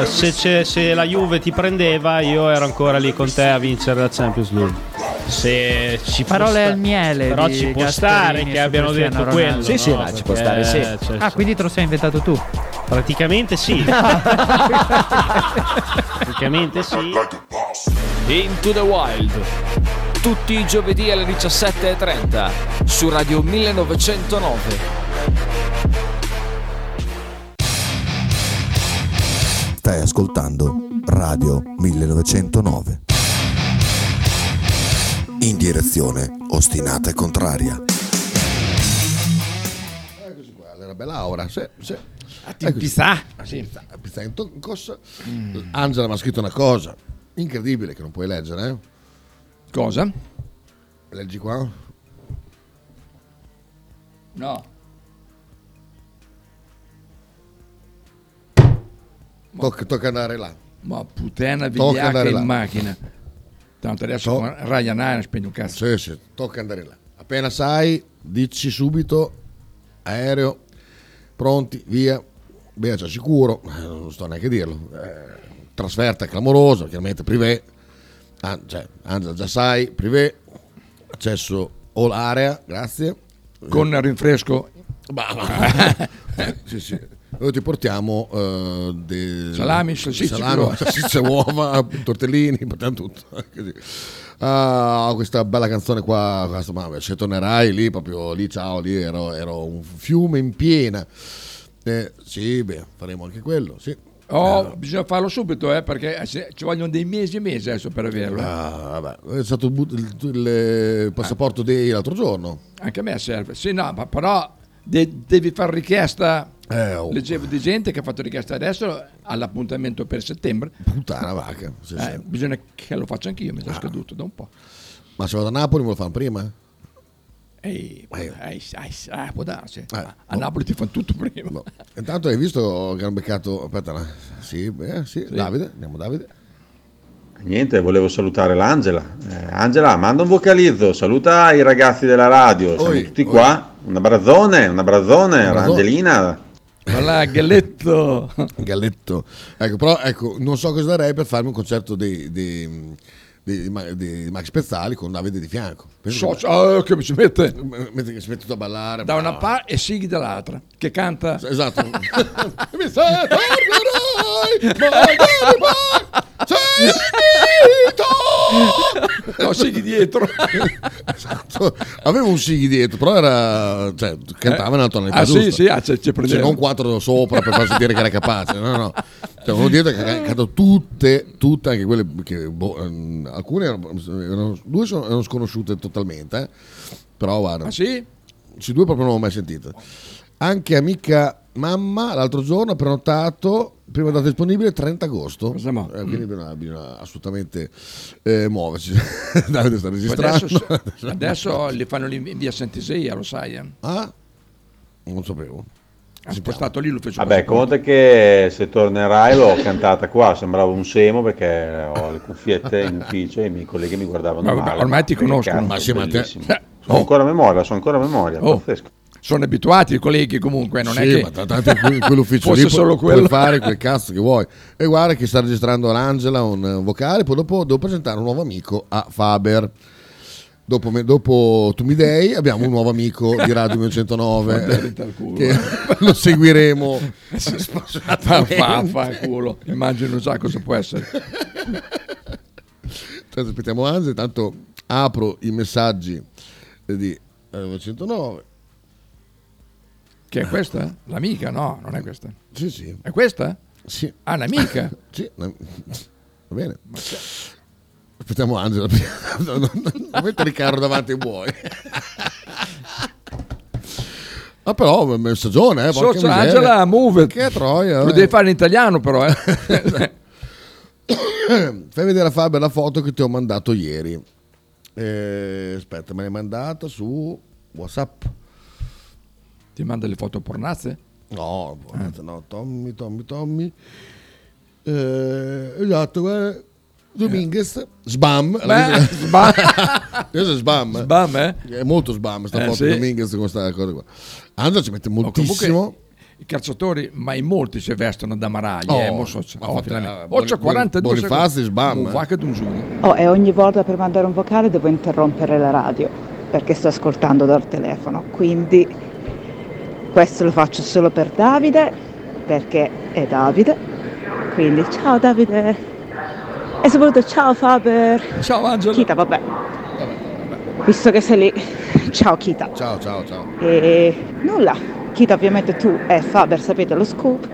L: eh, se, c'è- se la Juve ti prendeva, io ero ancora lì con te a vincere la Champions League. Se ci può
M: Parole
L: sta-
M: al miele
L: però
M: di
L: ci può
M: Gasperini
L: stare
M: su
L: che abbiano
M: Cristiano
L: detto
M: Ronaldo,
L: quello.
M: Sì, sì,
L: no?
M: ma ci può
L: Perché,
M: stare, sì.
L: cioè,
M: ah, quindi te lo sei inventato tu.
L: Praticamente sì.
N: Praticamente sì. Into the Wild. Tutti i giovedì alle 17.30 su Radio 1909.
I: Stai ascoltando Radio 1909. In direzione ostinata e contraria.
B: Era bella aura, sì, sì.
C: ti pisa?
B: Ecco, Sì. Pisa in toncos. Angela mi ha scritto una cosa incredibile che non puoi leggere. eh.
C: Cosa?
B: Leggi qua.
C: No.
B: Tocca, tocca andare là.
C: Ma puttana
B: Tocca
C: vigliacca
B: andare
C: in
B: là.
C: macchina. Tanto adesso
B: To-
C: con Ryanair spegni un cazzo.
B: Eh, Sì, sì, tocca andare là. Appena sai, dici subito aereo, pronti, via. Beh, c'è sicuro, eh, non sto neanche a dirlo. Eh, trasferta clamorosa, chiaramente privé. Ah, cioè, Angela, già sai, privé, accesso all area, grazie.
C: Con rinfresco?
B: Bah, bah. eh, sì, sì. Noi ti portiamo eh, de-
C: Salami, salsicce,
B: salame,
C: quello.
B: salsicce, uova, tortellini, portiamo tutto. eh, Così. Ah, questa bella canzone qua, questa, ma se tornerai lì, proprio lì, ciao, lì ero, ero un fiume in piena. Eh, sì, beh, faremo anche quello, sì. Eh,
C: Oh, bisogna farlo subito, eh, perché se- ci vogliono dei mesi e mesi adesso per averlo. eh.
B: Ah, vabbè, è stato bu- il, il passaporto dei l'altro giorno.
C: Anche a me serve. Sì, no, ma però de- devi fare richiesta.
B: Eh, oh.
C: Leggevo di gente che ha fatto richiesta adesso all'appuntamento per settembre.
B: Puttana vacca. sì, Ah.
C: Eh,
B: sì.
C: Bisogna che lo faccia anch'io, mi sono scaduto da un po'.
B: Ma se vado a Napoli me lo fanno prima? eh.
C: Ehi, eh, sai, sai, può darsi.
B: Eh,
C: a Napoli ti fanno tutto prima.
B: Intanto hai visto che hanno beccato. Aspetta, no. sì, beh, sì, Davide, andiamo Davide.
D: Niente, volevo salutare l'Angela. Eh, Angela, manda un vocalizzo, saluta i ragazzi della radio, siamo
C: Oi,
D: tutti qua. Un abbrazzone, un abbrazzone,
B: Abbrazzone.
D: Angelina.
C: Voilà, Galletto.
B: Galletto. Ecco, però ecco, non so cosa darei per farmi un concerto di, di, di Ma- di Max Pezzali con Davide di fianco.
C: So- so- eh, che mi ci mette?
B: Metti che si mette tutto a ballare.
C: Da una
B: ma-
C: parte e Sighi dall'altra, che canta.
B: Esatto. Mi
C: sa,
B: tornerai,
C: No, Sighi dietro.
B: esatto. Avevo un sighi dietro, però era. Cioè, cantava in alto Cioè,
C: Ah, sì, sì, ah, ci- ci prendeva.
B: non quattro sopra per far sentire che era capace. No, no, no. Cioè, uno dietro che ha cantato tutte, tutte, anche quelle che. boh, ehm, alcune erano, erano- Due sono, erano sconosciute totalmente. eh. Però guarda.
C: Ah, sì?
B: Sì, due proprio non l'ho mai sentite. Anche amica mamma l'altro giorno ha prenotato prima data disponibile 30 agosto Eh, quindi bisogna, bisogna assolutamente eh, muoverci Davide sta registrando
C: Adesso, adesso li fanno lì in via Santiseia, lo sai. Eh?
B: Ah, non sapevo.
C: Ha spostato lì l'ufficio.
D: Vabbè, conta che se tornerai l'ho cantata qua, sembravo un semo perché ho le cuffiette in ufficio e i miei colleghi mi guardavano
C: Ma vabbè,
D: male.
C: ormai ti
D: Perché
C: conoscono.
D: cazzo,
C: Ma sì, ma te- Eh,
D: bellissimo. Sono ancora a memoria, sono ancora a memoria,
C: Oh,
D: pazzesco.
C: sono abituati i colleghi comunque, non
B: Sì,
C: è che...
B: ma t- tanto in que- in quell'ufficio
C: fosse
B: lì pu-
C: solo
B: puoi
C: quello.
B: fare quel cazzo che vuoi e guarda che sta registrando l'Angela un, eh, un vocale poi dopo devo presentare un nuovo amico a Faber dopo, me- dopo Tu Mi Dei abbiamo un nuovo amico di Radio 1909 che lo seguiremo
C: Fa, fa, fa il culo. Immagino già cosa può essere.
B: Intanto aspettiamo Anzi, intanto apro i messaggi di Radio 909
C: Che è questa? L'amica? No, non è questa.
B: Sì, sì.
C: È questa?
B: Sì.
C: Ah, l'amica?
B: sì, la- va bene. Aspettiamo Angela. non, non, non mettere il carro davanti ai buoi. Ah, però un messaggione, eh, porca
C: Socio,
B: miseria.
C: Angela, move.
B: Che troia.
C: Lo
B: eh.
C: devi fare in italiano però, eh.
B: Cioè. Fai vedere a Fabio la foto che ti ho mandato ieri. Eh, aspetta, me l'hai mandata su WhatsApp.
C: Ti manda le foto pornazze?
B: No, guarda, no, Tommy, Tommy, Tommy. Eh, esatto, guarda. Dominguez, sbam.
C: Beh, sbam.
B: Questo è sbam.
C: Sbam, eh?
B: È molto sbam, sta
C: Eh,
B: foto
C: sì.
B: di Dominguez con questa cosa qua. Angela ci mette
C: Oh, comunque-
B: moltissimo.
C: i calciatori, ma in molti si vestono da maraglia.
B: Oh,
C: eh, mo so-
B: ma
C: ho
B: fate-
C: tre-
B: eh,
C: ho c'ho
B: Boni- eh.
C: 42
B: Bonifazi
C: secondi.
B: sbamba.
C: Un vacca d'un giugno.
M: Oh, e ogni volta per mandare un vocale devo interrompere la radio perché sto ascoltando dal telefono. Quindi questo lo faccio solo per Davide perché è Davide. Quindi ciao Davide. E soprattutto ciao Faber.
C: Ciao Angelo.
M: Kita, vabbè. Visto che sei lì. Ciao Kita.
B: Ciao, ciao, ciao.
M: E nulla. Kita ovviamente tu e Faber sapete lo scoop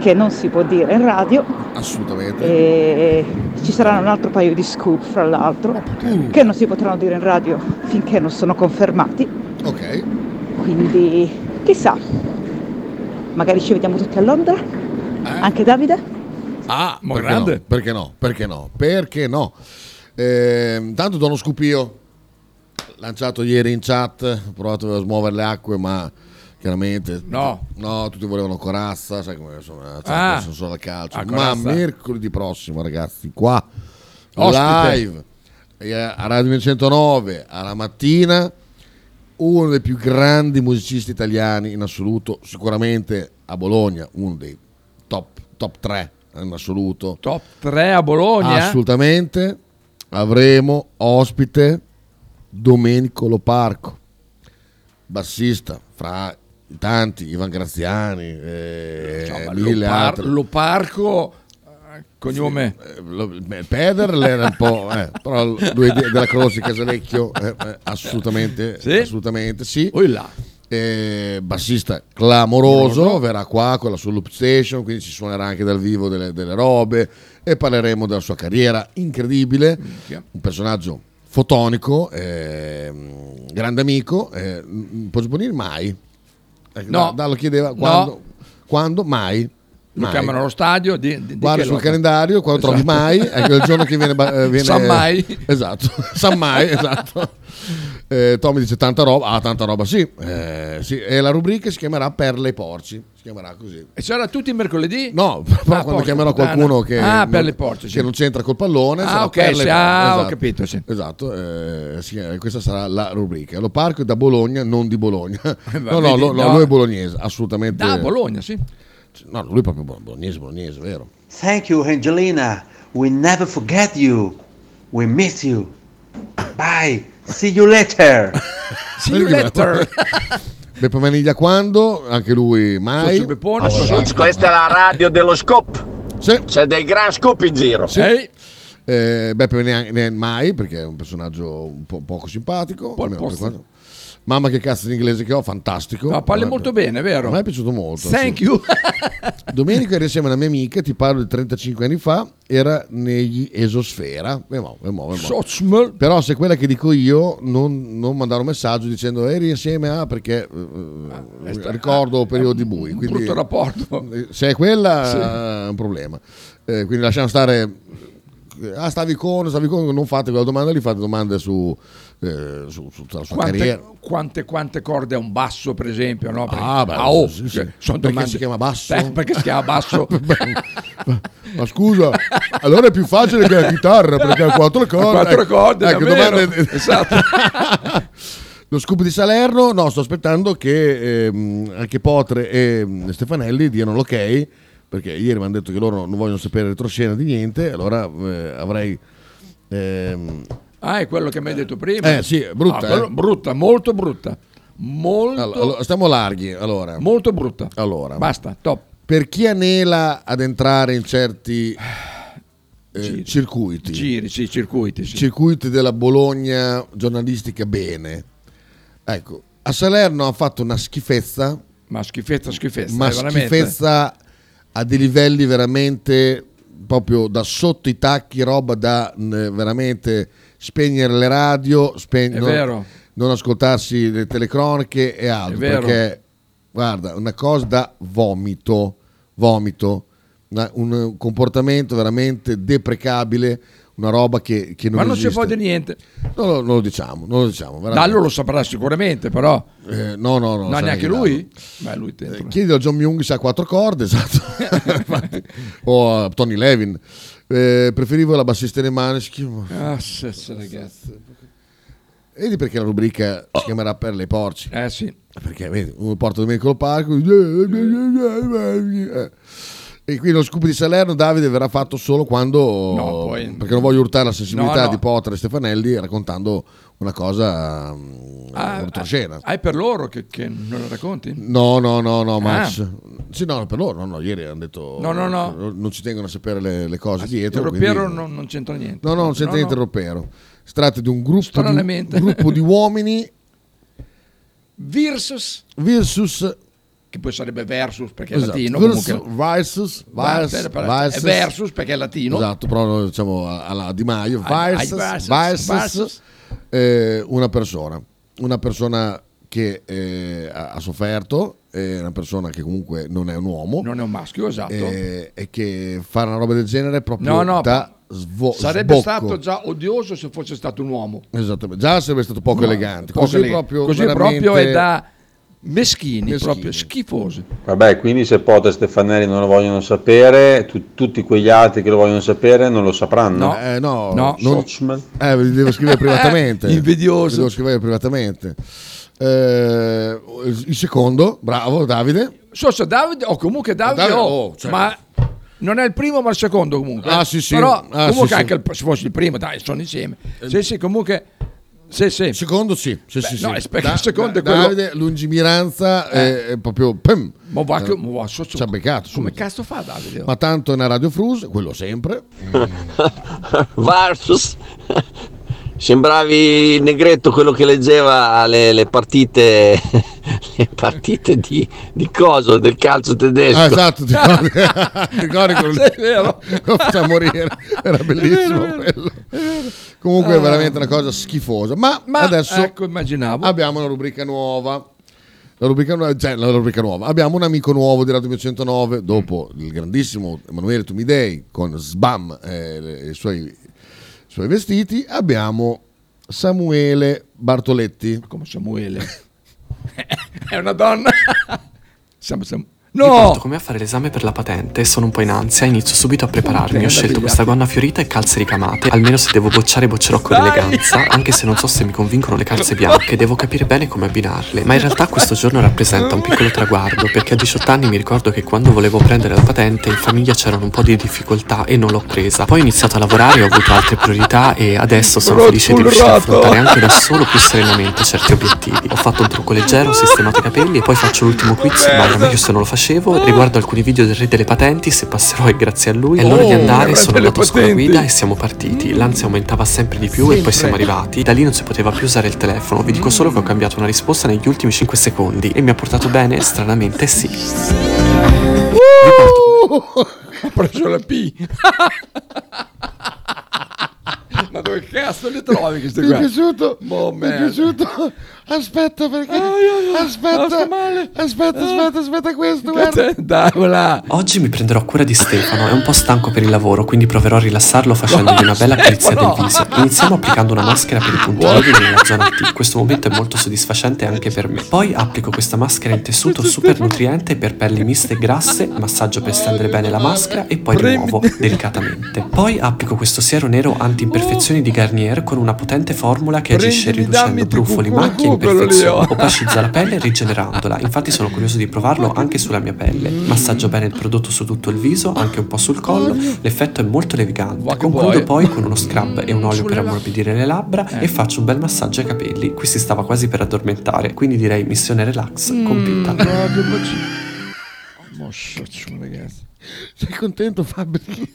M: che non si può dire in radio
B: Assolutamente.
M: Eh, e ci saranno un altro paio di scoop fra l'altro che non si potranno dire in radio finché non sono confermati
B: ok
M: quindi chissà magari ci vediamo tutti a Londra anche Davide
C: Ah, ma
B: perché
C: grande.
B: No? Perché no? Perché no? Perché no? Ehm, tanto dono scupio lanciato ieri in chat, ho provato a smuovere le acque, ma chiaramente
C: No.
B: no tutti volevano corazza, sai come sono, eh, cioè,
C: Ah.
B: sono solo a calcio.
C: Ah,
B: ma
C: Corazza.
B: mercoledì prossimo, ragazzi, qua
C: Ospite.
B: live eh, a Radio 1909 alla mattina uno dei più grandi musicisti italiani in assoluto, sicuramente a Bologna, uno dei top, top 3 in assoluto.
C: Top 3 a
B: eh? Ah,
C: Bologna.
B: Assolutamente. Avremo ospite Domenico Loparco, bassista fra i tanti, Ivan Graziani, eh,
C: ma
B: mille
C: Lopar-
B: altri.
C: Loparco, eh, cognome.
B: Eh, lo- beh, Pederl era un po', eh, però lui è di- della Croce Casalecchio, eh, eh, assolutamente sì. Assolutamente, sì. Eh, bassista clamoroso, verrà qua con la sua loop station, quindi ci suonerà anche dal vivo delle, delle robe e parleremo della sua carriera incredibile, un personaggio fotonico, ehm, grande amico, eh, m- può sponire mai? Eh,
C: No.
B: da- Dallo chiedeva
C: No.
B: quando, quando mai?
C: Lo
B: Mai.
C: chiamano allo stadio. Di, di- di
B: Guarda
C: che
B: sul
C: lotta?
B: calendario, quando
C: Esatto.
B: trovi mai, è il giorno che viene... ba- eh, viene
C: San mai.
B: Esatto, San mai, esatto. Eh, Tommy dice tanta roba, ah tanta roba, sì. eh, sì. E la rubrica si chiamerà Perle ai porci, si chiamerà così.
C: E sarà tutti i mercoledì?
B: No, Però quando chiamerò qualcuno che,
C: Ah,
B: non,
C: per le porte. sì.
B: che non c'entra col pallone,
C: Ah,
B: sarà
C: ok,
B: Perle
C: sì,
B: ai porci,
C: ah, ho
B: esatto.
C: capito,
B: Esatto, eh, sì, eh, questa sarà la rubrica. Lo parco è da Bologna, non di Bologna. no, no,
C: Eh, vedi,
B: lo- no,
C: no.
B: lui è bolognese, assolutamente.
C: Da Bologna, sì.
B: No, lui è proprio bo- bolognese, bolognese, vero?
O: Thank you, Angelina. We never forget you. We miss you. Bye. See you later.
C: See you later.
B: Beppe Maniglia quando? Anche lui mai.
A: Ah, Questa è la radio dello scoop.
B: C'è
A: del gran scoop in giro.
B: Sì. Eh, Beppe neanche, neanche mai perché è un personaggio un po' poco simpatico. almeno per
C: posto.
B: quanto- Mamma che cazzo di inglese che ho, fantastico.
C: No, parli molto bene, vero?
B: A me è piaciuto molto.
C: Thank
B: sì.
C: you.
B: Domenica ero insieme a una mia amica, ti parlo di 35 anni fa, era negli Esosfera. Eh, mo, eh, mo, eh, mo. Però se quella che dico io non, non mandare un messaggio dicendo eri insieme a perché eh, eh,
C: sta-
B: ricordo periodi bui. quindi-
C: brutto rapporto.
B: eh, se è quella è un problema. Eh, quindi lasciamo stare. Ah, stavi con, stavi con, non fate quella domanda lì, fate domande su, eh, su- su- sulla sua
C: Quante,
B: carriera.
C: quante, quante corde ha un basso, per esempio? No? Perché-
B: Ah, beh,
C: oh,
B: sì, sì.
C: cioè, sono
B: Perché
C: domande-
B: si chiama basso?
C: Eh, perché si chiama basso?
B: Ma scusa, allora è più facile che la chitarra perché ha quattro corde.
C: Ha quattro corde,
B: Ecco,
C: davvero. Esatto.
B: domande- Lo scoop di Salerno, no, sto aspettando che ehm, anche Potre e ehm, Stefanelli diano l'ok, perché ieri mi hanno detto che loro non vogliono sapere retroscena di niente, allora eh, avrei... ehm,
C: Ah, è quello che mi hai detto prima.
B: Eh, sì, è brutta,
C: Ah, quello-
B: eh.
C: Brutta, molto brutta. Molto,
B: allo- allo- stiamo larghi, allora.
C: molto brutta.
B: Allora.
C: Basta, top.
B: Per chi anela ad entrare in certi eh, circuiti,
C: Giri, sì, circuiti. sì.
B: circuiti della Bologna giornalistica bene, ecco, a Salerno hanno fatto una schifezza,
C: Ma schifezza, schifezza.
B: ma
C: eh, veramente.
B: schifezza a dei livelli veramente proprio da sotto i tacchi, roba da mh, veramente spegnere le radio, speg-
C: È
B: non-
C: vero.
B: non ascoltarsi le telecronache e altro.
C: È vero.
B: Perché, guarda, una cosa da vomito, vomito, una- un comportamento veramente deprecabile, una roba che, che non
C: Ma non si
B: esiste.
C: può dire niente.
B: No, no, non lo diciamo, non lo diciamo. veramente.
C: Dallo lo saprà sicuramente, però.
B: Eh, no, no, no.
C: No,
B: sa
C: neanche
B: Dallo.
C: lui? Beh, lui dentro.
B: Eh, Chiedilo a John Myung se ha quattro corde, esatto. Infatti. o a Tony Levin. Eh, preferivo la bassista dei Maneskin.
C: Ah, se- se, ragazzi.
B: Vedi perché la rubrica si chiamerà Per le porci?
C: Eh sì.
B: Perché vedi, uno porta Domenico al parco. eh. E qui lo scoop di Salerno, Davide, verrà fatto solo quando.
C: No, poi-
B: Perché non voglio urtare la sensibilità
C: No, no.
B: di Potter e Stefanelli raccontando una cosa. mm,
C: Ah,
B: retroscena.
C: Hai per loro che, che non lo racconti?
B: No, no, no, no, Max.
C: Ah.
B: Sì, no, per loro, no, no, ieri hanno detto.
C: No, no, no.
B: Non ci tengono a sapere le, le cose dietro.
C: Europeo
B: quindi-
C: non, non c'entra niente.
B: No, no, non c'entra niente europeo. Si tratta di un gruppo di,
C: Stranamente.
B: gruppo di uomini
C: Versus,
B: versus
C: che poi sarebbe versus perché è
B: Esatto.
C: latino.
B: Versus,
C: comunque.
B: versus,
C: Va-
B: vers-
C: per- per-
B: versus.
C: è versus perché è latino.
B: Esatto, però noi diciamo alla Di Maio,
C: Ai- ai
B: versus,
C: versus,
B: versus,
C: versus.
B: eh, una persona, una persona che eh, ha ha sofferto, eh, una persona che comunque non è un uomo.
C: Non è un maschio, esatto.
B: eh, e che fare una roba del genere è proprio
C: No, no,
B: da svo-
C: sarebbe
B: sbocco.
C: stato già odioso se fosse stato un uomo.
B: Esattamente, già sarebbe stato poco
C: No,
B: elegante.
C: poco
B: così
C: elegante.
B: proprio,
C: Così
B: veramente-
C: proprio è da meschini, proprio schifosi.
D: Vabbè, quindi se Potter e Stefanelli non lo vogliono sapere, tu- tutti quegli altri che lo vogliono sapere non lo sapranno.
B: Eh, no,
D: No.
B: non- Eh, vi devo scrivere privatamente.
C: Eh, Invidioso.
B: Vi devo scrivere privatamente. Eh, il secondo, bravo Davide.
C: So se Davide o comunque Davide,
B: Davide,
C: o,
B: oh, cioè-
C: ma non è il primo ma il secondo comunque. eh.
B: Ah, sì, sì.
C: Però
B: Ah,
C: comunque
B: sì,
C: anche
B: sì.
C: il- se fosse il primo, dai, sono insieme. Sì, sì, comunque sì, sì.
B: Secondo sì, sì,
C: Beh,
B: sì,
C: no,
B: sì.
C: aspetta,
B: Da-
C: il secondo
B: da-
C: è quello-
B: Davide, lungimiranza
C: Eh.
B: è, è proprio... pam!
C: Ma va che-
B: Eh,
C: ma va, so- so-
B: ci ha beccato.
C: Come
B: subito.
C: cazzo fa Davide?
B: Ma tanto è una radio frus, quello sempre.
A: Varsus. Sembravi il negretto quello che leggeva le, le partite le partite di, di coso del calcio tedesco.
B: Ah, esatto, ti ricordi, ti ricordi quel-
A: Sì, è vero.
B: Lo fa morire, era bellissimo
C: È vero, è
B: quello. Comunque
C: Ah.
B: è veramente una cosa schifosa. Ma,
C: Ma,
B: adesso
C: ecco, immaginavo.
B: abbiamo una rubrica nuova. La rubrica, nuova, cioè, la rubrica nuova. Abbiamo un amico nuovo di Radio 209 dopo
C: Mm.
B: il grandissimo Emanuele Tumidei con Sbam eh, le- i suoi, i suoi vestiti. Abbiamo Samuele Bartoletti.
C: Come Samuele? È una donna. Siamo, siamo... No!
P: Come a fare l'esame per la patente e sono un po' in ansia, inizio subito a prepararmi.
C: Puttana,
P: Ho scelto
C: bigliati.
P: questa gonna fiorita e calze ricamate. Almeno se devo bocciare, boccerò con
C: Dai!
P: eleganza. Anche se non so se mi convincono le calze bianche, devo capire bene come abbinarle. Ma in realtà questo giorno rappresenta un piccolo traguardo, perché a 18 anni mi ricordo che quando volevo prendere la patente in famiglia c'erano un po' di difficoltà e non l'ho presa. Poi ho iniziato a lavorare, ho avuto altre priorità e adesso sono felice di riuscire a
C: Rotturrato.
P: affrontare anche da solo più serenamente certi obiettivi. Ho fatto un trucco leggero, ho sistemato i capelli e poi faccio l'ultimo quiz, ma era meglio se non lo facevo. Riguardo alcuni video del re delle patenti, se passerò è grazie a lui. È l'ora
C: Oh,
P: di
C: il re
P: andare, sono
C: delle
P: andato a scuola
C: patenti.
P: guida e siamo partiti. L'ansia aumentava sempre di più e
C: Sempre.
P: poi siamo arrivati. Da lì non si poteva più usare il telefono. Vi dico solo che ho cambiato una risposta negli ultimi 5 secondi e mi ha portato bene, stranamente sì.
C: Ha preso la P. Ma dove cazzo li trovi questi
B: Mi è
C: qua?
B: piaciuto,
C: Boh,
B: mi è
C: merda.
B: piaciuto. Aspetta perché
C: ah, sto
B: aspetta, aspetta, aspetta, aspetta questo, guarda.
P: Oggi mi prenderò cura di Stefano, è un po' stanco per il lavoro, quindi proverò a rilassarlo facendogli una bella pulizia del viso. Iniziamo applicando una maschera per i punti neri nella zona T. Questo momento è molto soddisfacente anche per me. Poi applico questa maschera in tessuto super nutriente per pelli miste e grasse, massaggio per stendere bene la maschera e poi rimuovo delicatamente. Poi applico questo siero nero anti-imperfezioni di Garnier con una potente formula che agisce
C: Prendimi, dammi
P: riducendo
C: tu
P: brufoli,
C: cucù,
P: macchie e
C: quello lì,
P: imperfezioni,
C: oh.
P: opacizza la pelle rigenerandola. Infatti sono curioso di provarlo anche sulla mia pelle. Massaggio bene il prodotto su tutto il viso, anche un po' sul collo. L'effetto è molto levigante. Concludo poi con uno scrub e un olio per ammorbidire le labbra e faccio un bel massaggio ai capelli. Qui si stava quasi per addormentare, quindi direi missione relax compiuta.
C: Mosciaccio, ragazzi.
B: Sei contento Fabio?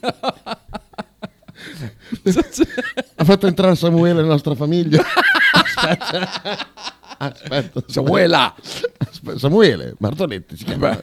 B: ha fatto entrare Samuele nella nostra famiglia. Aspetta. Aspetta.
C: Samuela.
B: Aspetta, Samuele Bartoletti si chiama.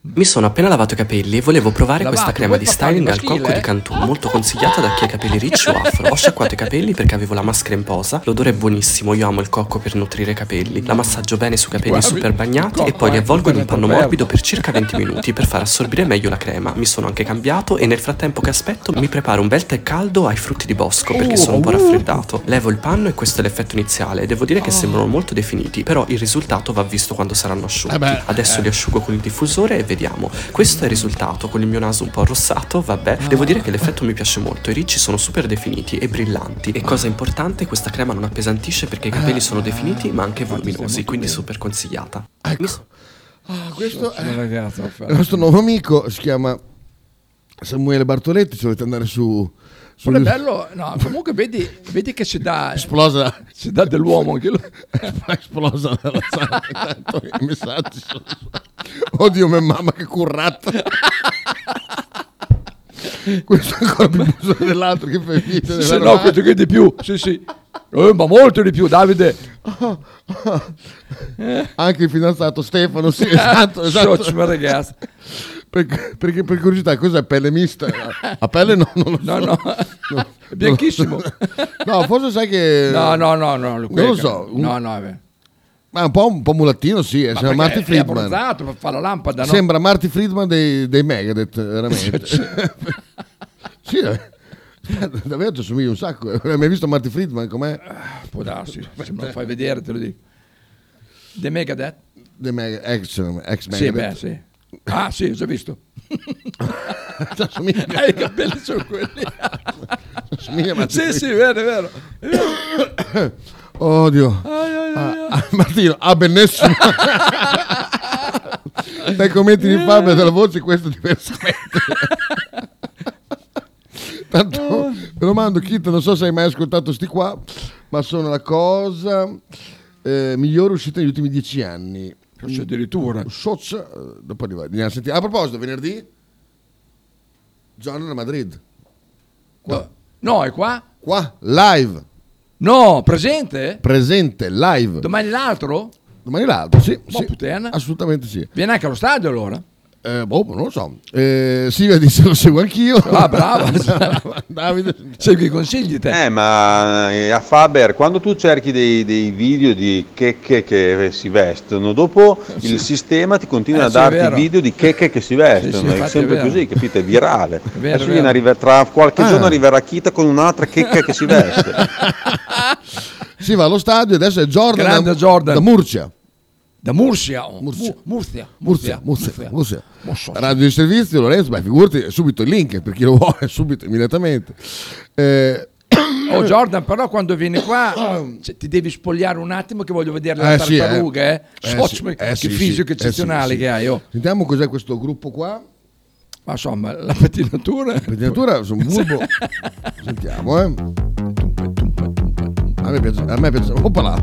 P: Mi sono appena lavato i capelli e volevo provare
B: Lavato,
P: questa crema
B: vuoi
P: di
B: farlo
P: styling al
B: maschile,
P: cocco di
B: eh?
P: Cantù, molto consigliata da chi ha i capelli ricci o afro. Ho sciacquato i capelli perché avevo la maschera in posa, l'odore è buonissimo, io amo il cocco per nutrire i capelli, la massaggio bene sui capelli
C: Guarda,
P: super bagnati
C: cocco
P: e poi li
C: anche
B: eh,
P: avvolgo
C: per
P: in
C: la
P: un panno
C: coperta.
P: morbido per circa 20 minuti per far assorbire meglio la crema. Mi sono anche cambiato e nel frattempo che aspetto mi preparo un bel tè caldo ai frutti di bosco perché sono un po' raffreddato. Levo il panno e questo è l'effetto iniziale, devo dire che sembrano molto definiti, però il risultato va visto quando saranno asciutti.
B: Ah. Eh beh,
P: Adesso
B: eh.
P: li asciugo con il diffusore e vedi vediamo. Questo è il risultato, con il mio naso un po' arrossato, vabbè.
B: Ah.
P: Devo dire che l'effetto mi piace molto, i ricci sono super definiti e brillanti. E cosa importante, questa crema non appesantisce perché i
B: Eh.
P: capelli sono definiti ma anche voluminosi, quindi super consigliata.
B: Ecco. Ah, questo è...
C: Ragazzi, ho fatto.
B: Il nostro nuovo amico si chiama Samuele Bartoletti, se volete andare su... su
C: Però è bello, no, comunque vedi, vedi che ci dà...
B: Esplosa.
C: Ci dà dell'uomo anche lui.
B: Esplosa dalla sangue, tanto i messaggi sono... Oddio, mia mamma che currata. questo è ancora più buso dell'altro che fai finta
C: Sì,
B: di
C: sì, no,
B: avere male.
C: questo qui di più, sì, sì. Eh, ma molto di più, Davide.
B: Anche il fidanzato Stefano, sì, esatto, esatto.
C: Socio, ma ragazzi.
B: Perché, perché per curiosità, cos'è pelle mista? A pelle no, non lo
C: No,
B: so.
C: no.
B: No,
C: È bianchissimo.
B: No, forse sai che...
C: No, no, no, no.
B: Eh, Non lo so. un-
C: No, no, beh.
B: Ma un po', un po' mulattino, sì, eh, sembra
C: perché
B: Marty
C: è
B: Friedman.
C: abbronzato, fa- fa la lampada, no?
B: Sembra Marty Friedman dei, dei Megadeth, veramente. sì, eh. Aspetta, davvero ti assomiglia un sacco. Hai mai visto Marty Friedman com'è?
C: Può darsi, Ah, se me lo fai vedere te lo dico. The Megadeth?
B: The Meg- ex, ex
C: Sì,
B: Megadeth.
C: beh, sì. Ah, sì, ho già visto.
B: Ti assomiglia.
C: Eh, I capelli sono quelli.
B: assomiglia a Marty
C: sì, sì,
B: Friedman.
C: vero, è vero.
B: Oddio. Ah, ah, Martino, ah benissimo. Dai commenti di Fabio e della voce questo diversamente.
C: Eh.
B: Tanto ve lo mando Kit, non so se hai mai ascoltato sti qua, ma sono la cosa eh, migliore uscita negli ultimi dieci anni.
C: Forse addirittura.
B: Socia, eh, dopo arriva- andiamo a sentire. A proposito, venerdì John a Madrid. Qua.
C: No, è qua?
B: Qua, live.
C: No, presente?
B: Presente, live.
C: Eh? Domani l'altro?
B: Domani l'altro, sì.
C: Ma
B: sì,
C: puttana.
B: Assolutamente sì.
C: Viene anche allo stadio allora?
B: Eh, boh, non lo so. Eh, Silvia dice lo seguo anch'io.
C: Ah, brava.
B: Davide.
C: Segui i consigli te.
D: Eh, ma eh, a Faber, quando tu cerchi dei, dei video di checche che si vestono, dopo il sistema ti continua
C: Eh,
D: a
C: sì, è
D: darti
C: vero.
D: video di checche che si vestono,
C: infatti
D: è
C: è
D: sempre
C: vero.
D: così, capite? È virale.
C: vero,
D: Adesso
C: è
D: viene
C: vero. Ah.
D: arriva- tra qualche giorno arriverà Kita con un'altra checca che si veste.
B: Si va allo stadio, adesso è Jordan,
C: Grande
B: da,
C: Jordan.
B: da Murcia.
C: Da Murcia. oh.
B: Murcia.
C: Mu- Murcia.
B: Murcia, Murcia, Murcia. Radio di servizio, Lorenzo, beh, figurati è subito il link per chi lo vuole, subito, immediatamente. Eh,
C: Oh Jordan, però quando vieni qua cioè, ti devi spogliare un attimo che voglio vedere la
B: Ah. eh, sì, eh.
C: tartaruga, eh.
B: Eh,
C: So-
B: sì, eh,
C: che
B: sì,
C: fisico
B: sì,
C: eccezionale
B: eh, sì,
C: che
B: sì.
C: hai, oh.
B: Sentiamo cos'è questo gruppo qua.
C: Ma insomma, la pettinatura... La
B: pettinatura sono un bulbo. Sentiamo, eh. A me piace, a me piace. Oppala.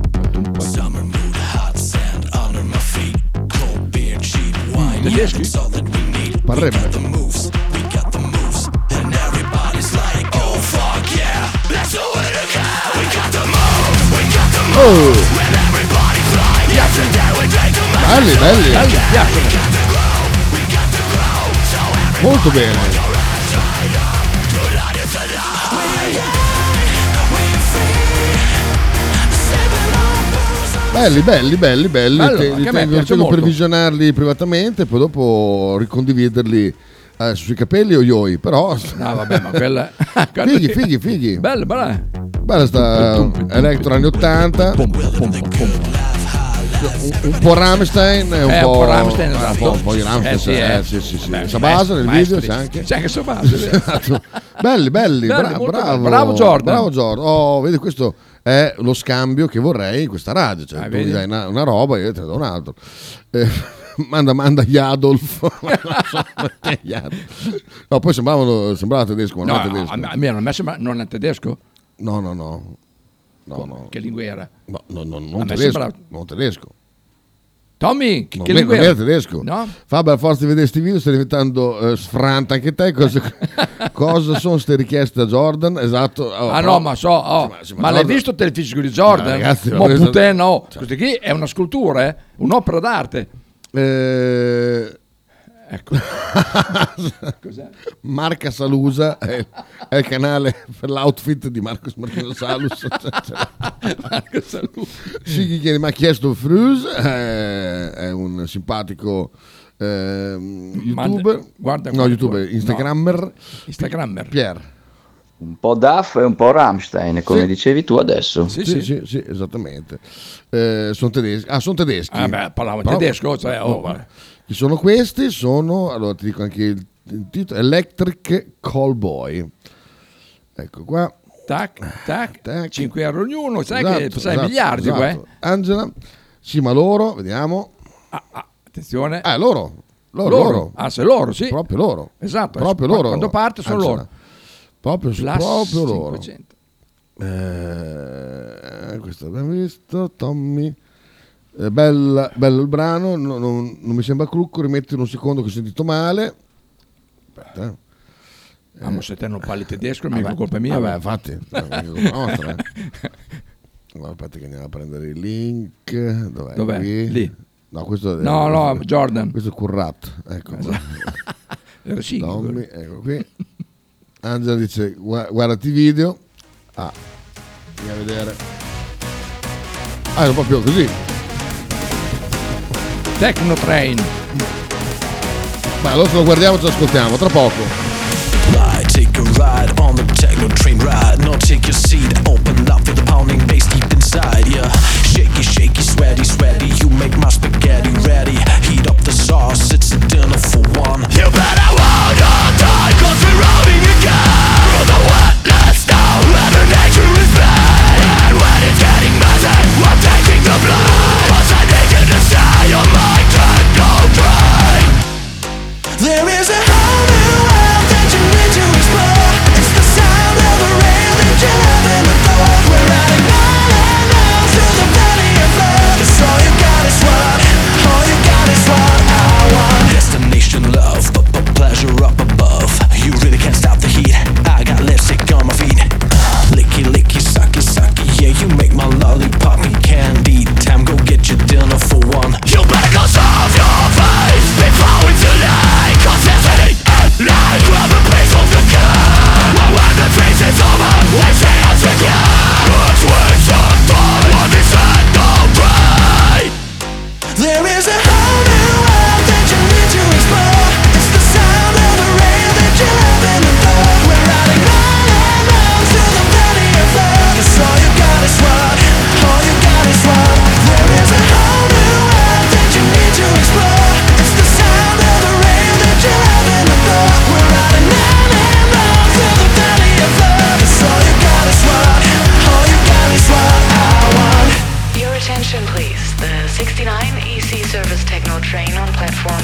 K: Summer moon, hot sand under my feet. Cold beer, cheap wine. Yeah, that's all that we need. We
B: Parrebbe.
K: got the moves, we got the moves. And everybody's like, oh fuck yeah. Let's do it again. We got the moves, we got the
B: Oh.
K: moves. When everybody fly, yesterday we take the moves.
B: Belli, belli. Molto bene. Belli, belli, belli, belli.
C: Bello,
B: Te-
C: anche
B: li
C: a me
B: tengo,
C: piace
B: tengo per
C: molto.
B: visionarli privatamente, poi dopo ricondividerli eh, sui capelli o ioi, però...
C: No, vabbè, ma quella...
B: Fighi, fighi, fighi.
C: Bello, bello.
B: Bella sta Electro anni 80. Un, un po' Rammstein, un
C: Eh, un
B: po'...
C: po' Rammstein,
B: eh, un
C: esatto.
B: po', un po' di Rammstein,
C: Eh, sì, eh.
B: eh, sì, sì, sì.
C: Beh,
B: Sabasa nel
C: maestri.
B: video c'è anche...
C: C'è anche Sabasa, è vero.
B: Esatto. Belli, belli,
C: Belli,
B: bra-
C: molto
B: bravo.
C: belli. Bravo Jordan.
B: Bravo Jordan. Oh, vedi, questo è lo scambio che vorrei in questa radio. Cioè,
C: Ah,
B: tu
C: vedi?
B: mi dai una, una roba, io te ne do un altro. Eh, manda, manda gli Adolf. Non so perché gli Adolf. no, poi sembravano, sembrava tedesco, ma
C: No,
B: non è
C: no,
B: tedesco.
C: a me- a me non mi sembra- non è tedesco?
B: No, no, no. No,
C: Oh,
B: no.
C: Che lingua era?
B: No, no, no,
C: A
B: non,
C: me
B: tedesco,
C: sembra-
B: non tedesco.
C: Tommy, che,
B: Non
C: che
B: me-
C: lingua
B: non
C: era?
B: era tedesco.
C: No?
B: Fabio, a forza di vedere questi video stai diventando eh, sfranta anche te. Cosa, cosa sono queste richieste a Jordan? Esatto. Oh,
C: ah
B: però-
C: no, ma so, oh,
B: sì,
C: ma,
B: ma
C: l'hai
B: Jordan-
C: visto te il fisico di Jordan?
B: Ma ragazzi,
C: ma
B: ma questo- Cioè.
C: puttana, no. Questo qui è una scultura, eh? un'opera d'arte.
B: Eh,
C: Ecco.
B: Marca Salusa è, è il canale per l'outfit di Marcos Martino Salus.
C: Marco Salusa.
B: Sighi che mi ha chiesto Fruz, eh, è un simpatico ehm,
C: Manda-
B: youtuber,
C: guarda,
B: no
C: guarda,
B: youtuber,
C: guarda.
B: instagrammer,
C: Instagrammer.
B: Pier.
G: Un po' Duff e un po' Rammstein, come
B: Sì.
G: dicevi tu adesso.
B: Sì, sì, sì, esattamente. Eh, sono tedeschi. Ah, sono tedeschi.
C: Ah, beh, parlavano tedesco, cioè, oh, vabbè.
B: Chi sono questi? Sono, allora ti dico anche il il titolo, Electric Callboy. Ecco qua.
C: Tac, tac, 5 euro ognuno, sai che
B: Esatto,
C: sai
B: esatto,
C: miliardi qua, eh? Ah,
B: esatto. Angela, sì, ma loro, vediamo.
C: Attenzione.
B: Ah, loro. Loro,
C: Loro.
B: loro.
C: Ah, se loro, sì.
B: Proprio loro.
C: Esatto,
B: Proprio
C: qua-
B: loro.
C: quando parte sono
B: Angela.
C: loro.
B: Proprio,
C: Plus
B: proprio loro.
C: 500.
B: Eh, questo abbiamo visto, Tommy. Eh, bella- bello il brano, no- non, non mi sembra crucco, rimettilo un secondo che ho sentito male. Aspetta. eh. Ah,
C: Ah, ma se te non parli tedesco, è mica
B: Vabbè,
C: colpa mia.
B: Vabbè, infatti, no, mica colpa nostra. eh. Allora, aspetta che andiamo a prendere il link. Dov'è?
C: Dov'è?
B: Qui?
C: Lì.
B: No, questo è-
C: No, no, Jordan. Esatto.
B: Questo è Currat. Ecco. qua. Eh,
C: Era singolo.
B: Tommy, ecco qui. Angela dice "Gua- guardati i video. Ah, andiamo a vedere. Ah, era proprio così.
C: Tecno Train.
B: Ma allora se lo guardiamo ce lo ascoltiamo, tra poco.
K: Ride, take a ride on the techno train ride. Now take your seat, open up, feel the pounding bass deep inside. Yeah, shaky, shaky, sweaty, sweaty. You make my spaghetti ready. Heat up the sauce, it's a dinner for one. You better hold on tight, cause we're roaming again. Through the wetness now, Mother Nature is bad. And when it's getting messy, we're taking the blood. Cause I need you to stay on my techno train. There is a whole new world that you need to explore. It's the sound of a rail that you haven't adored. We're riding on and on through the valley of love. It's all you got is what, all you got is what I want. Destination love, but, but pleasure up above. You really can't stop the heat. I got lipstick on my feet. Licky, licky, sucky, sucky. Yeah, you make my lollipop and candy. Time, go get your dinner for one. You better go solve your face before it's too late. Cause there's an eight and nine. Grab a piece of the cake. But when the feast is over, we say it's again. It's waste of time. What is that? No brain. There is a whole new world that you need to explore. It's the sound of a rail that you haven't adored. We're riding on and on through the valley of love. 'Cause all you got is what, all you got is what. There is a whole new world that you need to explore. It's the sound of a rail that you haven't adored. We're riding on and on through the valley of love. 'Cause all you got is what, all you got is what I want.
Q: Your attention, please. The 69 EC service techno train on platform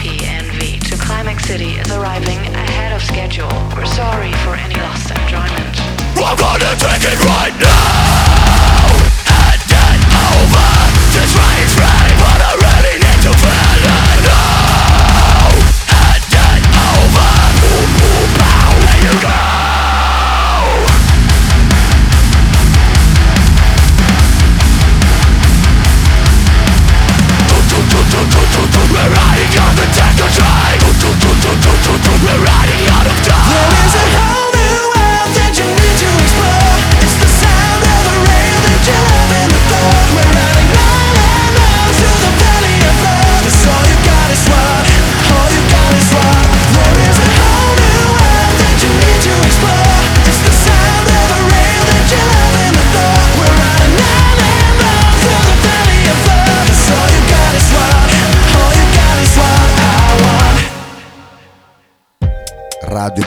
Q: AMPNV to Climax City is arriving ahead of schedule. We're sorry for any lost enjoyment.
K: I'm gonna take it right now And then over This rain's ready But I really need to feel it now And then over Boom, boom, pow There you go We're riding on the techno train We're riding out of time There is a whole new world that you need to explore It's the sound of a rail that you haven't adored We're riding on and on through the valley of love 'Cause all you got is what, all you got is what There is a whole new world that you need to explore It's the sound of a rail that you haven't adored We're riding on and on through the valley of love 'Cause all you got is what, all you got is what I want
I: Radio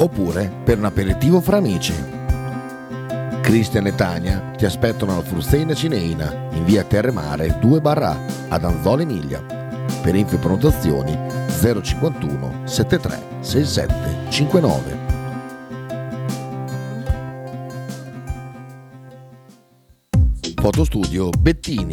I: Oppure per un aperitivo fra amici. Cristian e Tania ti aspettano alla Frusteina Cineina in via Terremare 2 barra ad Anzola Emilia. Per info e prenotazioni 051 73 67 59. Fotostudio Bettini,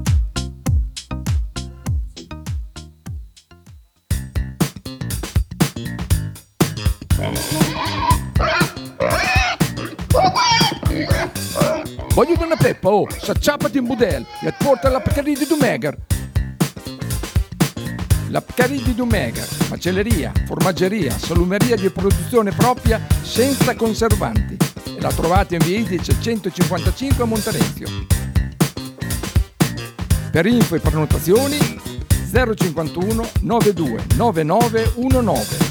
C: Voglio una peppa, oh, s'acciappati in budel e porta la Pcaridi di Dumegar. La Pcaridi di Dumegar, macelleria, formaggeria, salumeria di produzione propria senza conservanti. E la trovate in via Idice 155 a Monterezio. Per info e prenotazioni 051 92 9919.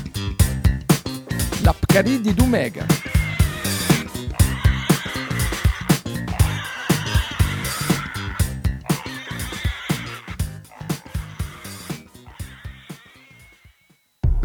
C: La Pcaridi di Dumegar.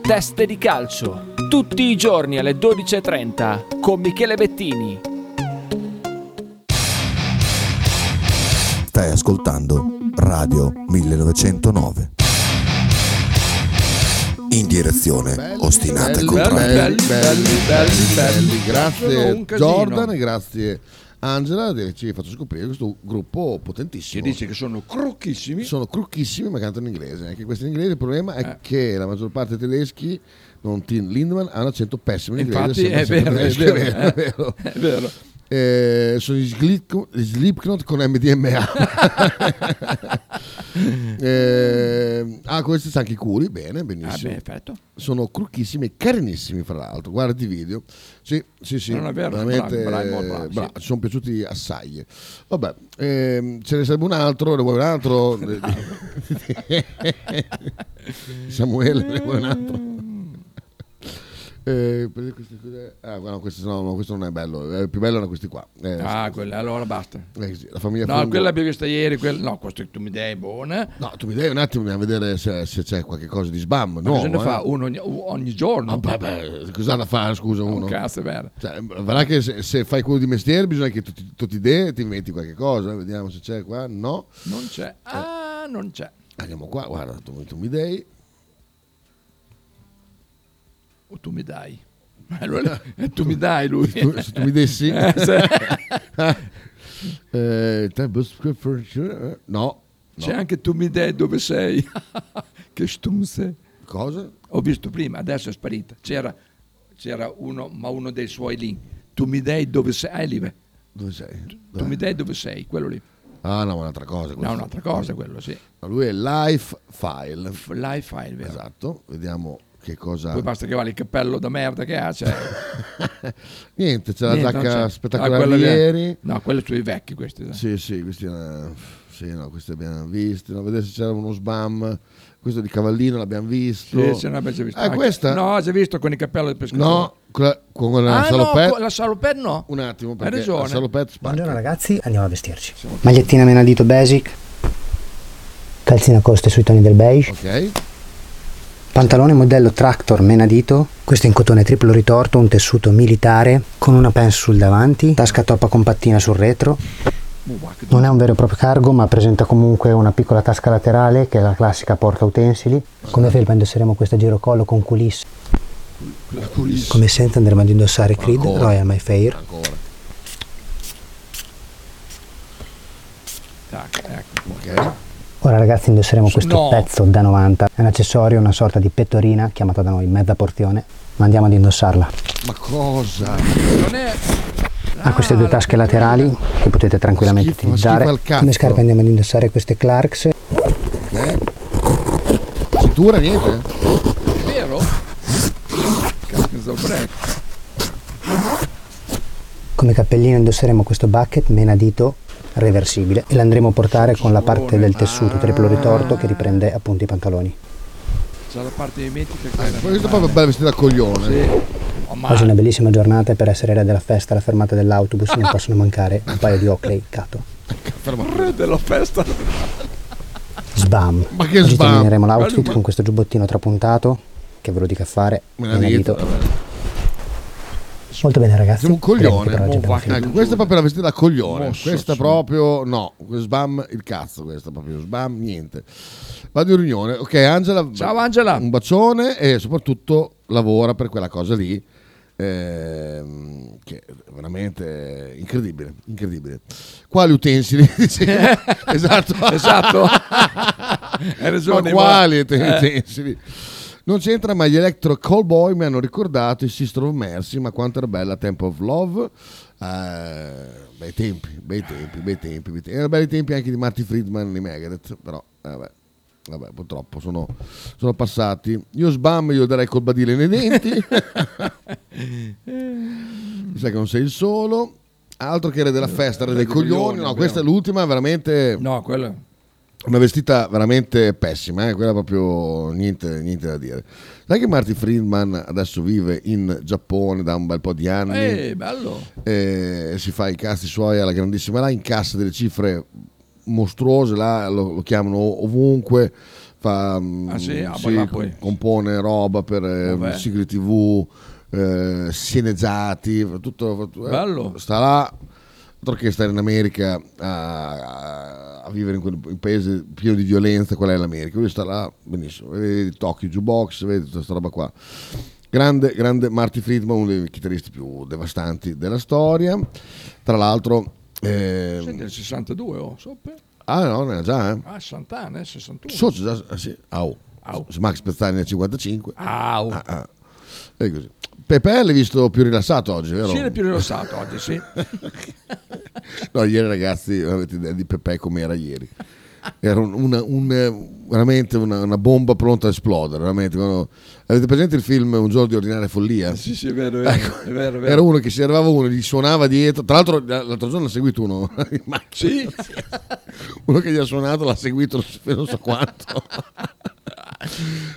N: Teste di calcio, tutti i giorni alle 12.30 con Michele Bettini.
I: Stai ascoltando Radio 1909. In direzione ostinata e
B: belli,
I: contraria.
B: belli, belli, belli, belli.
I: Sono un
B: Grazie
I: casino.
B: Jordan e grazie Angela che ci hai fatto scoprire questo gruppo potentissimo. Che dice
C: che sono crocchissimi.
B: Sono crocchissimi ma cantano in inglese. Anche questo in inglese il problema è che la maggior parte dei tedeschi, non Tim Lindemann, hanno accento pessimo in inglese.
C: Infatti, è
B: sembra
C: vero,
B: sempre
C: è vero,
B: tedeschi, è
C: eh, è vero.
B: Eh, sono gli, Slip- gli Slipknot con MDMA. Eh, ah, questi sa anche i culi, bene, benissimo.
C: Ah, beh, perfetto.
B: Sono crocchissimi e carinissimi, fra l'altro. Guardi i video. Sì, sì, sì.
C: Non è vero,
B: veramente,
C: bravi, bravi, molto bravi,
B: eh, bravi, Ci sono piaciuti assai. Vabbè, ehm, ce ne serve un altro, ne vuoi un altro? Samuele, ne vuoi un altro? Eh, per queste cose- ah, no, questo, no, no, questo non è bello. eh, Il più bello erano questi qua. Eh,
C: Ah, quella, allora basta.
B: eh, sì, la famiglia
C: No,
B: Fungo.
C: quella l'abbiamo vista ieri, quella... no, questo che tu mi dai è buona.
B: No, tu mi dai un attimo a vedere se, se c'è qualche cosa di sbam.
C: Ma
B: No,
C: cosa ne
B: eh.
C: fa uno ogni, ogni giorno?
B: Ah, vabbè, cosa da fare, scusa,
C: Un
B: uno?
C: cazzo, è vero.
B: Cioè, verrà che se, se fai quello di mestiere bisogna che tu ti, tu ti dai e ti inventi qualche cosa. eh, Vediamo se c'è qua. No. Eh.
C: Non c'è. Ah, non c'è.
B: Andiamo qua, guarda, tu, tu mi dai.
C: O tu mi dai. Allora, eh, tu mi dai lui.
B: Se tu, se tu mi dessi.
C: Eh, se-
B: Eh, tempo script- eh, no.
C: C'è
B: no.
C: anche tu mi dai dove sei. che stunze.
B: Cosa?
C: Ho visto prima, adesso è sparita. C'era, c'era uno, ma uno dei suoi lì. Tu mi dai dove sei. Ah, è lì, beh.
B: Dove sei?
C: Tu mi dai dove sei, quello lì.
B: Ah, no, un'altra cosa. questo.
C: No, un'altra cosa quello, sì.
B: Ma lui è life file.
C: Life file, vero.
B: Esatto, vediamo che cosa.
C: Poi basta che vale il cappello da merda che ha. Cioè.
B: Niente, c'è la
C: Niente, non
B: giacca
C: c'è.
B: spettacolare
C: Ah, quella
B: di
C: lì è-
B: ieri.
C: No, quelli sui vecchi questi. dai.
B: Sì, sì, questi, eh, sì, no, questi abbiamo visti. No, vedere se c'era uno sbam. Questo di cavallino l'abbiamo visto.
C: Sì, sì, no, beh, si è visto.
B: Ah, questa?
C: No, si è visto con il cappello del pescatore.
B: No, quella- con la
C: ah,
B: salopette.
C: no, con la salopette no.
B: Un attimo,
C: Hai
B: perché
C: ragione.
B: la salopette spacca.
R: ragazzi, andiamo a vestirci. Magliettina menadito basic, calzina coste sui toni del beige,
B: Ok.
R: pantalone modello tractor menadito, questo in cotone triplo ritorto, un tessuto militare, con una pants sul davanti, tasca toppa compattina sul retro. Non è un vero e proprio cargo, ma presenta comunque una piccola tasca laterale che è la classica porta utensili. Come felpa indosseremo questa girocollo con culisse. Come sempre andremo ad indossare Creed
B: Ancora.
R: Royal My Fair.
B: Ancora.
C: Tac, ecco.
B: Ok.
R: Ora ragazzi indosseremo questo
C: No.
R: pezzo da 90, è un accessorio, una sorta di pettorina chiamata da noi mezza porzione, ma andiamo ad indossarla.
B: Ma cosa?
R: Ha queste due tasche laterali che potete tranquillamente utilizzare.
B: Ah, schifo al cazzo.
R: Come scarpe andiamo ad indossare queste Clarks.
B: Cintura niente?
C: È vero? Cazzo, salopette.
R: Come cappellino indosseremo questo bucket menadito reversibile e l'andremo a portare con la parte del
B: Ah.
R: tessuto triplo ritorto che riprende appunto i pantaloni.
C: C'è la parte di metti che Oh,
B: Ma questo Ah, è proprio bello vestito da coglione.
R: Oggi è una bellissima giornata e per essere re della festa alla fermata dell'autobus non possono mancare un paio di Oakley Cato.
C: Re della festa.
R: Sbam.
C: Ma che
R: Oggi
C: sbam?
R: termineremo l'outfit
C: Bello, ma-
R: con questo giubbottino trapuntato che ve lo dica a fare.
B: Me la dito,
R: menadito.
B: vabbè.
R: Molto bene, ragazzi.
B: Siamo un coglione.
R: Direi che per oggi abbiamo finito.
B: Ecco, questa è proprio la vestita da coglione.
R: Mosso,
B: questa
R: sì.
B: proprio no. Sbam il cazzo, questa proprio sbam niente. Vado in riunione. Ok, Angela. Ciao
C: Angela.
B: Un bacione e soprattutto lavora per quella cosa lì. ehm, che è veramente incredibile, incredibile. Quali utensili? Dice- esatto,
C: Esatto. Hai
B: ma
C: ragione,
B: quali
C: guarda.
B: uten-
C: Eh.
B: utensili? Non c'entra, ma gli Electro Callboy mi hanno ricordato i Sister of Mercy, ma quanto era bella Temple of Love. Eh, bei tempi, bei tempi, bei tempi, bei tempi. Erano belli tempi anche di Marty Friedman di Megadeth, però eh, vabbè, vabbè, purtroppo sono, sono passati. Io sbam, io darei col badile nei denti. Mi sa che non sei il solo. Altro che era della festa, era dei
C: Re Eh, dei coglioni,
B: coglioni. No,
C: abbiamo.
B: questa è l'ultima, veramente...
C: No, quello
B: Una vestita veramente pessima, eh? quella proprio niente, niente da dire. Sai che Marty Friedman adesso vive in Giappone da un bel po' di anni?
C: Eh, bello.
B: Eh, si fa i cazzi suoi alla grandissima, là incassa delle cifre mostruose, là lo, lo chiamano ovunque, fa, mm,
C: Ah, sì? Ah,
B: sì,
C: poi là
B: co-
C: poi.
B: compone roba per eh,
C: Vabbè.
B: sigle tv, eh, sceneggiati, fa tutto, fa tu- eh,
C: Bello.
B: sta là, altro che stare in America a, a vivere in quel in paese pieno di violenza, qual è l'America? Lui sta là, benissimo, vedi Tokyo Jukebox, vedi tutta questa roba qua. Grande, grande Marty Friedman, uno dei chitarristi più devastanti della storia. Tra l'altro, eh,
C: Sì, del 62, oh, soppe.
B: ah no, ne era già, eh.
C: Ah, Santana, eh, 61.
B: So, c'è già, ah, sì, au. S- Max Pezzani nel 55.
C: Au.
B: Ah, ah. E così. Pepe l'hai visto più rilassato oggi, vero?
C: Sì, è più rilassato oggi, sì.
B: No, ieri ragazzi, non avete idea di Pepe com'era ieri. Era un- una, un- veramente una, una bomba pronta a esplodere. veramente. Quando- Avete presente il film Un giorno di ordinaria follia?
C: Sì, sì, è vero, è vero,
D: Ecco.
C: è vero, è vero.
B: Era uno che si arrivava uno, gli suonava dietro. Tra l'altro, l'altro giorno ha seguito uno in
C: Sì.
B: macchina. Uno che gli ha suonato l'ha seguito per non so quanto.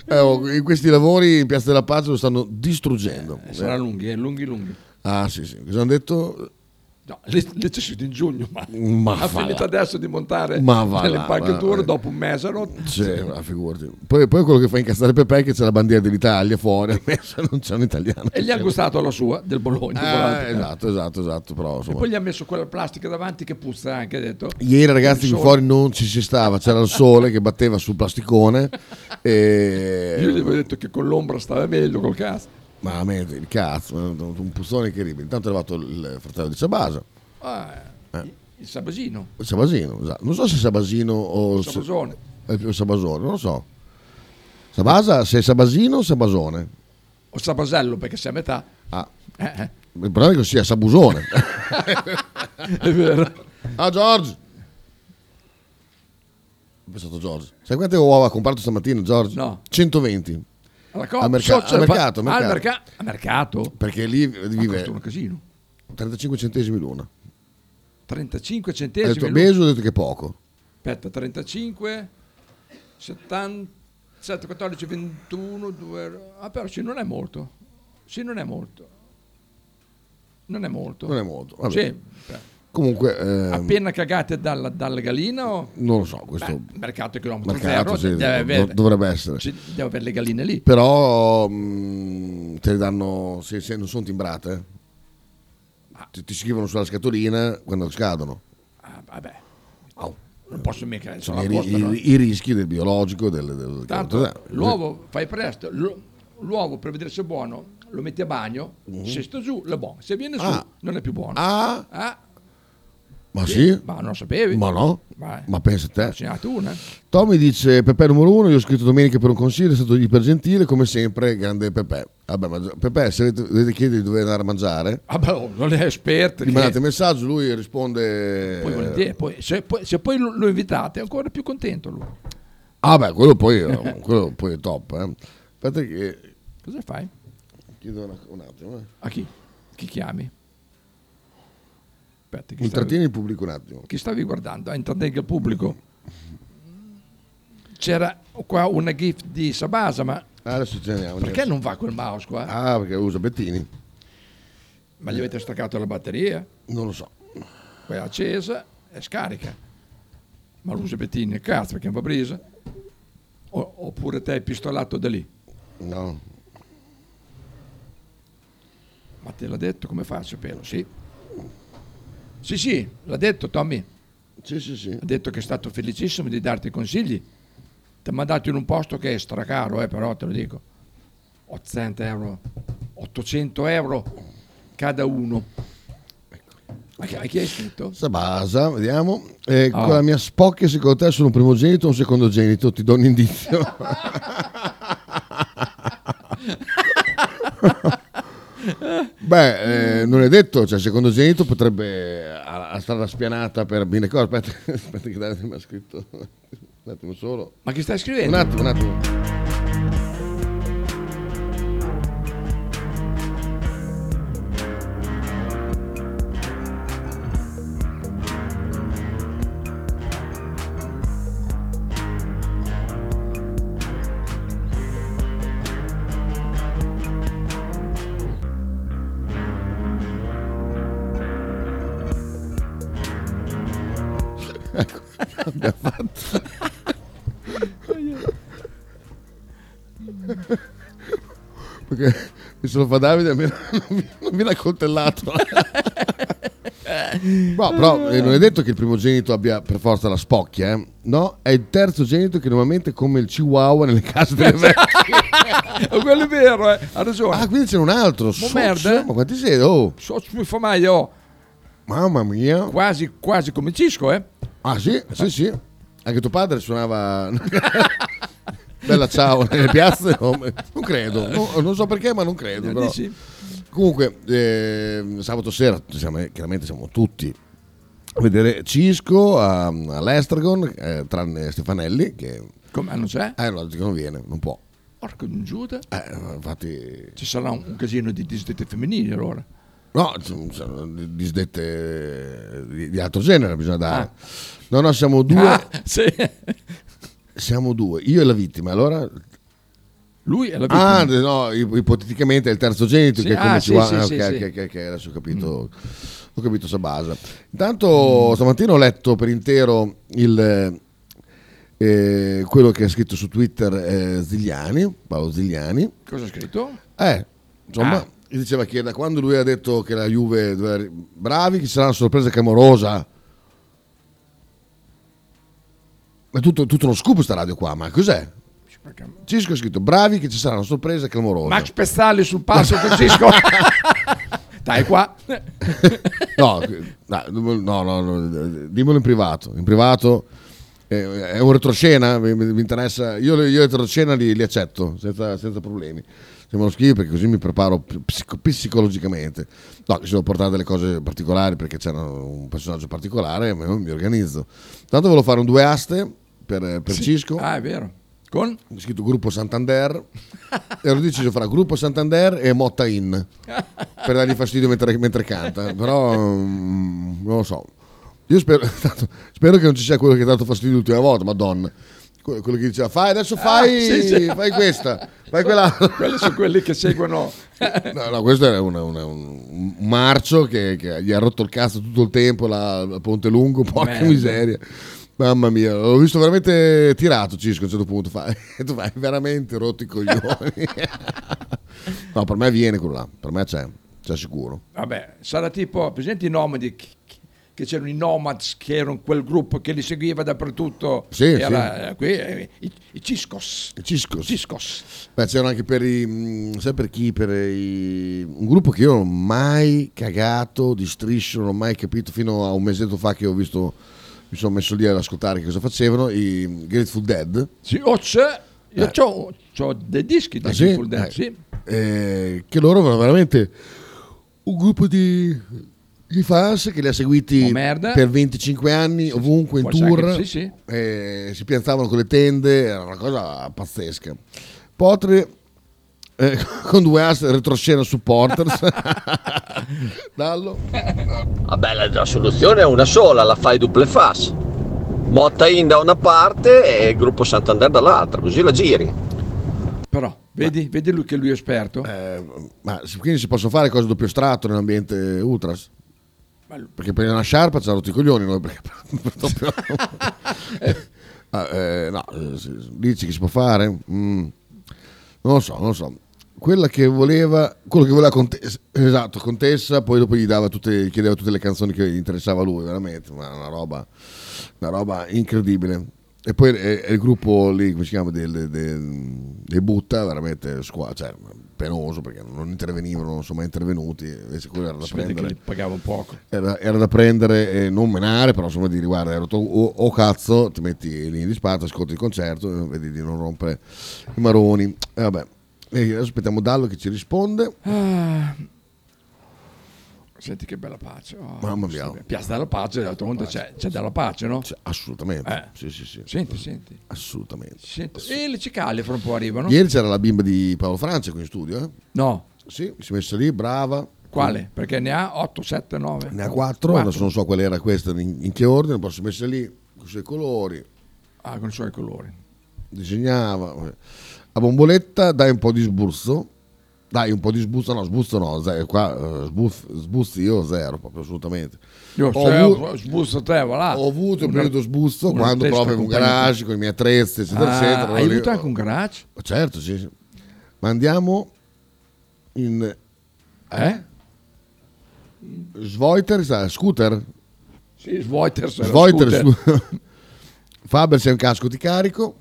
B: Eh, oh, in questi lavori in Piazza della Pace lo stanno distruggendo.
C: Eh, Sarà lunghi, eh, lunghi, lunghi.
B: Ah, sì, sì. Cosa hanno detto?
C: No, lì lì c'è siete in giugno, ma,
B: Ma
C: ha
B: va
C: finito
B: là.
C: adesso di montare
B: Ma va
C: le
B: là,
C: impalcature
B: va-
C: dopo un mese. no?
B: Cioè, ma figurati. Poi, poi quello che fa incazzare Pepe è che c'è la bandiera dell'Italia fuori, ha messo- non c'è un italiano.
C: E gli ha gustato la sua, del Bologna. tra
B: Ah,
C: l'altro.
B: esatto, esatto, esatto. Però,
C: E
B: insomma.
C: poi gli ha messo quella plastica davanti che puzza anche, ha detto.
B: Ieri ragazzi
C: Il
B: qui
C: sole.
B: fuori non ci si stava, c'era il sole che batteva sul plasticone e...
C: Io gli avevo detto che con l'ombra stava meglio col cazzo.
B: Ma veramente, il cazzo, un un puzzone incredibile. Intanto è arrivato il fratello di Sabasa,
C: Ah,
B: eh,
C: il Sabasino.
B: Sabasino, esatto. non so se Sabasino o...
C: Sabasone.
B: È più Sabasone, non lo so. Sabasa, se è Sabasino o Sabasone?
C: O Sabasello, perché sei a metà.
B: Ah.
C: Eh, eh.
B: Il problema è che sia Sabusone.
C: È vero.
B: Ah, George! Ho pensato George. Sai quante uova ha comprato stamattina, George?
C: No.
B: 120.
C: Alla co-
B: Al, merca-
C: so- so-
B: al mercato,
C: ah,
B: mercato.
C: al merca- al mercato.
B: Perché lì vive
C: costa un casino.
B: 35 centesimi l'una.
C: 35
B: Ho
C: centesimi.
B: detto
C: l'uno.
B: Beso, ho detto che è poco.
C: Aspetta, 35, 77, 14, 21, 2... Ah, però sì, non è molto. Sì, non è molto. Non è molto.
B: Non è molto. vabbè.
C: Sì, beh,
B: Comunque, ehm,
C: appena cagate dalla, dalla galina o...
B: non lo so, questo
C: Beh, mercato a chilometro zero,
B: mercato
C: eh,
B: sì,
C: deve
B: do-
C: avere-
B: dovrebbe essere.
C: ci- deve avere le galline lì.
B: Però mm, te le danno, se, se non sono timbrate, ti, ti scrivono sulla scatolina quando scadono.
C: Ah, vabbè. Oh, Non posso mica... Insomma,
B: Sono i,
C: apposta,
B: i-
C: no?
B: i rischi del biologico, del, del- eh.
C: Tanto
B: del-
C: l'uovo fai presto, l'u- l'uovo per vedere se è buono lo metti a bagno, se sta giù è buono, se viene su
B: Mhm. Ah.
C: non è più buono.
B: Ah.
C: Ah,
B: Ma sì?
C: Ma non lo sapevi?
B: Ma no?
C: Ma-
B: Ma pensa a te.
C: segnato una.
B: Tommy dice Pepe numero uno, io ho scritto domenica per un consiglio, è stato ipergentile, come sempre, grande Pepe. Vabbè, ma Pepe, se avete- dovete chiedere dove andare a mangiare,
C: Vabbè, oh, non è esperto.
B: gli
C: che-
B: mandate un messaggio, lui risponde...
C: poi volentieri, poi- se, poi, se poi lo, lo invitate è ancora più contento lui.
B: Ah beh, quello poi, quello poi è top. Eh. Aspetta che...
C: Cosa fai?
B: Chiedo una- un attimo. Eh.
C: A chi? Chi chiami? Aspetta, chi stavi,
B: Intrattieni il pubblico un attimo.
C: chi stavi guardando? Ah, Intrattenga il pubblico. C'era qua una gif di Sabasa, ma
B: Ah, adesso ce ne andiamo.
C: perché non va quel mouse qua?
B: Ah, perché usa Bettini.
C: Ma gli avete staccato la batteria?
B: Non lo so.
C: Poi è accesa e scarica. Ma l'usa Bettini, cazzo, perché non va presa? O- oppure te hai pistolato da lì?
B: No.
C: Ma Te l'ha detto come faccio, pelo? Sì. Sì, sì, l'ha detto Tommy.
B: Sì, sì, sì.
C: Ha detto che è stato felicissimo di darti consigli. Ti ha mandato in un posto che è stracaro, eh, però te lo dico. 800 euro, 800 euro cada uno. Ma chi- a chi hai scritto?
B: Sabasa, vediamo. Eh,
C: Oh.
B: Con la mia spocchia, secondo te sono un primogenito o un secondogenito? Ti do un indizio. Beh, eh, non è detto, cioè secondogenito potrebbe eh, a, a stare la spianata per bene cose. Aspetta, aspetta che Davide mi ha scritto. Un attimo solo.
C: Ma chi stai scrivendo?
B: Un attimo, un attimo. Ecco, abbiamo fatto. Perché se lo fa Davide almeno non viene accoltellato. No, però eh, non
C: Mm.
B: è detto che il primogenito abbia per forza la spocchia, eh. no? È il terzogenito che normalmente è come il chihuahua nelle case delle vecchie.
C: Quello è vero, eh, ha ragione.
B: Ah, quindi c'è un altro. So-
C: merda. eh.
B: so- Ma quanti sei? Oh,
C: So, mi fa male, oh.
B: mamma mia.
C: Quasi, quasi come Cisco, eh?
B: Ah, sì, sì, sì. Anche tuo padre suonava... Bella ciao nelle piazze? No, non credo. No, non so perché, ma non credo. però.
C: Eh, Dici?
B: Comunque, ehm, sabato sera, siamo- eh, chiaramente siamo tutti a vedere Cisco a- all'Estragon, eh, tranne Stefanelli, che...
C: Come non c'è?
B: Eh, no, non viene, non può.
C: Porco di un Giuda.
B: Eh, infatti...
C: Ci sarà un, un casino di disdette femminili allora.
B: No, c- sono disdette di, di altro genere bisogna dare. No, no, siamo due.
C: Ah,
B: Siamo due, io e la vittima. Allora...
C: Lui è la vittima.
B: Ah, no, ip- ipoteticamente è il terzogenito
C: Sì,
B: che è come
C: ah,
B: ci
C: sì,
B: va-
C: sì,
B: ah,
C: sì,
B: ok,
C: sì. Mm.
B: ok, ok, ok, adesso ho capito. Ho capito Sabasa. Intanto stamattina ho letto per intero il, eh, quello che ha scritto su Twitter eh, Zigliani, Paolo Zigliani.
C: Cosa ha scritto?
B: Eh, insomma,
C: Ah.
B: diceva che da quando lui ha detto che la Juve doveva ri- bravi, che ci sarà una sorpresa clamorosa. Ma è tutto, tutto uno scoop sta radio qua, ma cos'è? Cisco ha scritto bravi che ci sarà una sorpresa clamorosa.
C: Max Pezzali sul passo con Cisco. Dai qua.
B: no, no, no, no, no, dimmelo in privato. In privato eh, è un retroscena, mi, mi- mi interessa. Io, le- io retroscena li, li accetto senza, senza problemi. Se me lo scrivi perché così mi preparo psico- psicologicamente. No, che se devo portare delle cose particolari perché c'è un personaggio particolare, mi, mi organizzo. Tanto volevo fare un due aste per, per
C: Sì.
B: Cisco.
C: Ah, è vero. Con?
B: Ho scritto Gruppo Santander. Ero deciso fra Gruppo Santander e Motta In per dargli fastidio mentre, mentre canta, però mm, non lo so. Io spero, tanto- spero che non ci sia quello che ha dato fastidio l'ultima volta, madonna. Que- Quello che diceva fai, adesso fai,
C: Ah, sì, sì.
B: fai questa, fai quella.
C: Quelli sono quelli che seguono.
B: No, no, questo era una- una- un un marcio che, che gli ha rotto il cazzo tutto il tempo la, la Ponte Lungo, porca
C: Merda.
B: miseria. Mamma mia, l'ho visto veramente tirato Cisco a un certo punto, fa, e tu fai veramente rotto i coglioni. no, per me viene quello là, per me c'è, c'è sicuro.
C: Vabbè, sarà tipo, presenti i nomadi che, che c'erano i nomads, che erano quel gruppo che li seguiva dappertutto.
B: Sì,
C: Era,
B: sì.
C: eh, qui, eh, i, i Ciscos.
B: I Ciscos.
C: Ciscos.
B: Beh, c'erano anche per i. mm, sai per chi? Per i- un gruppo che io non ho mai cagato di striscio, non ho mai capito fino a un mesetto fa che ho visto. Mi sono messo lì ad ascoltare che cosa facevano. I Grateful Dead.
C: Sì, oh, c'è. Io
B: Eh.
C: c'ho, c'ho dei dischi da
B: Ah, sì?
C: Grateful Dead,
B: Eh.
C: sì.
B: Eh, che loro erano veramente un gruppo di, di fans che li ha seguiti
C: Oh, merda.
B: per 25 anni ovunque in
C: Può essere
B: tour.
C: anche- sì, sì.
B: Eh, si piazzavano con le tende, era una cosa pazzesca. Potre eh, con due as retroscena supporters. Dallo.
A: Vabbè, la, la soluzione è una sola, la fai duple fas. Motta in da una parte e gruppo Santander dall'altra, così la giri.
C: Però, vedi, vedi lui che lui è esperto.
B: Eh, Ma si- quindi si possono fare cose doppio strato nell'ambiente ultras? Perché prendere una sciarpa ci ha rotto i coglioni noi perché per doppio- eh, Ah, eh, no, eh, se- dici che si può fare? Mm. Non lo so, non lo so. quella che voleva, quello che voleva Contessa, esatto, Contessa, poi dopo gli dava tutte, gli chiedeva tutte le canzoni che gli interessava a lui, veramente, ma una roba, una roba incredibile. E poi eh, è, è il gruppo lì, come si chiama, del, del- dei Butta, veramente squa- cioè, penoso perché non intervenivano, non sono mai intervenuti, invece quello era da
C: Si vede che
B: prendere
C: li pagavo poco.
B: era, era da prendere e non menare, però insomma dire guarda, hai rotto- o, o cazzo, ti metti in linea di spazio, ascolti il concerto, eh, vedi di non rompere i maroni. E vabbè, E adesso aspettiamo Dallo che ci risponde.
C: Ah. Senti che bella pace. oh.
B: Mamma mia.
C: Piazza della Pace, d'altro conto c'è, c'è della Pace, no?
B: assolutamente.
C: Eh.
B: Sì, sì, sì.
C: Senti, senti.
B: Assolutamente.
C: senti. E le cicale fra un po' arrivano.
B: Ieri c'era la bimba di Paolo Francia qui in studio, eh?
C: No.
B: Sì, si è messa lì, brava.
C: Quale? Perché ne ha 8, 7, 9.
B: Ne ha quattro, adesso non so qual era questa, in, in che ordine, poi si è messa lì con i suoi colori.
C: Ah, con i suoi colori.
B: Disegnava. vabbè. A bomboletta dai un po' di sbuzzo. Dai un po' di sbuzzo, no, sbuzzo no, ze- qua eh, sbuz- sbuzzi io zero, proprio assolutamente.
C: Io
B: Ho
C: se
B: avuto-
C: ho sbusto te, voilà. Ho
B: avuto un periodo sbuzzo quando proprio in un garage con i miei attrezzi, eccetera,
C: Ah,
B: eccetera. ero
C: hai
B: lì- oh.
C: avuto anche un garage?
B: Certo, sì. sì. Ma andiamo in...
C: Eh?
B: Svoiter, sa- scooter?
C: Sì, Svoiter, se era
B: Svoiter,
C: scooter.
B: scu- Faber, sei un casco ti carico.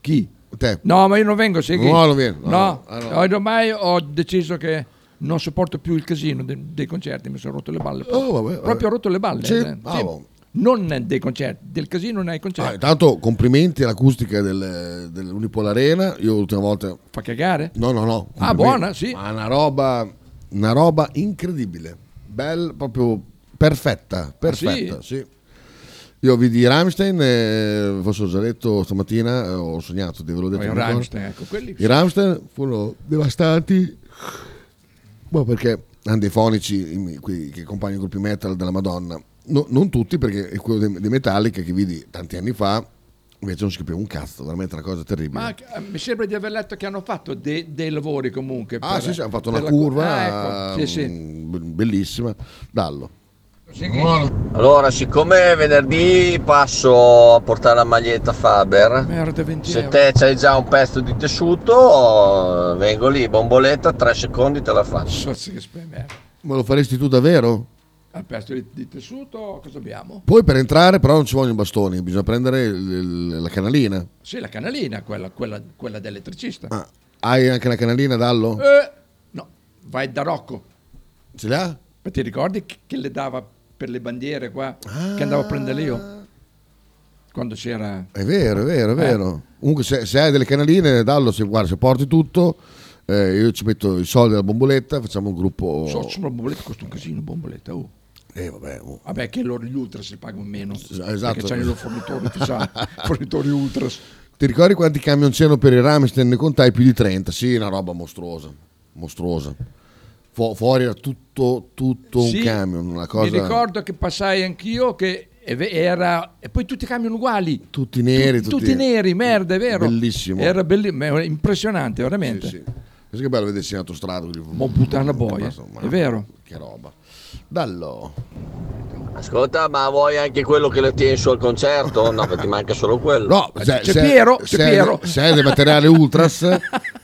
C: Chi?
B: Te.
C: No, ma io non vengo, segui.
B: No, non vieni, no,
C: No,
B: no, no.
C: ho- ormai ho deciso che non sopporto più il casino de- dei concerti, mi sono rotto le balle. Proprio,
B: Oh, vabbè, vabbè.
C: Proprio ho rotto le balle.
B: Sì?
C: eh,
B: Ah, boh.
C: Non dei concerti, del casino nei concerti.
B: Intanto complimenti all'acustica del, dell'Unipol Arena. Io l'ultima volta...
C: Fa cagare?
B: No, no, no.
C: Ah,
B: complimenti.
C: buona, sì.
B: Ma una roba, una roba incredibile. Bella, proprio
C: Ah,
B: perfetta. Perfetta, sì. Io vidi Rammstein, eh, forse ho già detto stamattina, eh, ho sognato di ve l'ho detto.
C: Oh, i
B: non ricordo.
C: Rammstein, ecco, quelli-
B: I Rammstein furono devastanti, ma perché hanno dei fonici in- qui, che accompagnano i gruppi metal della Madonna. No, non tutti, perché è quello dei, dei Metallica che vidi tanti anni fa, invece non si capiva un cazzo, veramente una cosa terribile.
C: Ma eh, mi sembra di aver letto che hanno fatto de- dei lavori comunque.
B: Ah,
C: per-
B: sì, sì, hanno fatto
C: per
B: una
C: la-
B: curva
C: Ah, ecco, sì, sì.
B: mm, be- bellissima. Dallo.
A: Allora, siccome venerdì passo a portare la maglietta Faber,
C: Merda, 20
A: se
C: euro.
A: te c'hai già un pezzo di tessuto, vengo lì, bomboletta, 3 secondi te la faccio.
C: Sì, che spe- merda.
B: Ma lo faresti tu davvero?
C: Al pezzo di, di tessuto cosa abbiamo?
B: Poi per entrare però non ci vogliono i bastoni, bisogna prendere il- il- la canalina.
C: Sì, la canalina, quella, quella, quella dell'elettricista.
B: Ah. Hai anche la canalina, Dallo?
C: Eh, no, vai da Rocco.
B: Ce l'ha?
C: Ma ti ricordi che, che le dava per le bandiere qua? Che andavo
B: Ah.
C: a prenderle io? Quando c'era...
B: È vero, è vero, è
C: Eh.
B: vero. Comunque se, se hai delle canaline, Dallo, se, guarda, se porti tutto, eh, io ci metto i soldi della bomboletta, facciamo un gruppo...
C: So, solo bomboletta costa un casino, bomboletta, oh.
B: Boh. Eh, vabbè, oh.
C: Vabbè, che loro gli ultras si pagano meno.
B: esatto.
C: Perché c'hanno i loro fornitori ufficiali, fornitori ultras.
B: Ti ricordi quanti camion c'erano per il Ramstein? Ne contai più di 30. Sì, una roba mostruosa. Mostruosa. Fu- fuori era tutto, tutto
C: Sì,
B: un camion, una cosa...
C: Mi ricordo che passai anch'io che e ve- era... E poi tutti i camion uguali.
B: Tutti neri,
C: Tu-
B: tutti,
C: neri, merda, è vero.
B: Bellissimo.
C: Era bellissimo, impressionante, veramente.
B: Sì, sì. Pensa che bello vedersi in autostrada. Ma
C: Mo' puttana boia, è vero.
B: Che roba. Dallo.
A: Ascolta, ma vuoi anche quello che le tieni su al concerto? No, perché ti manca solo quello.
B: No, se- se- se hai- Se hai del materiale ultras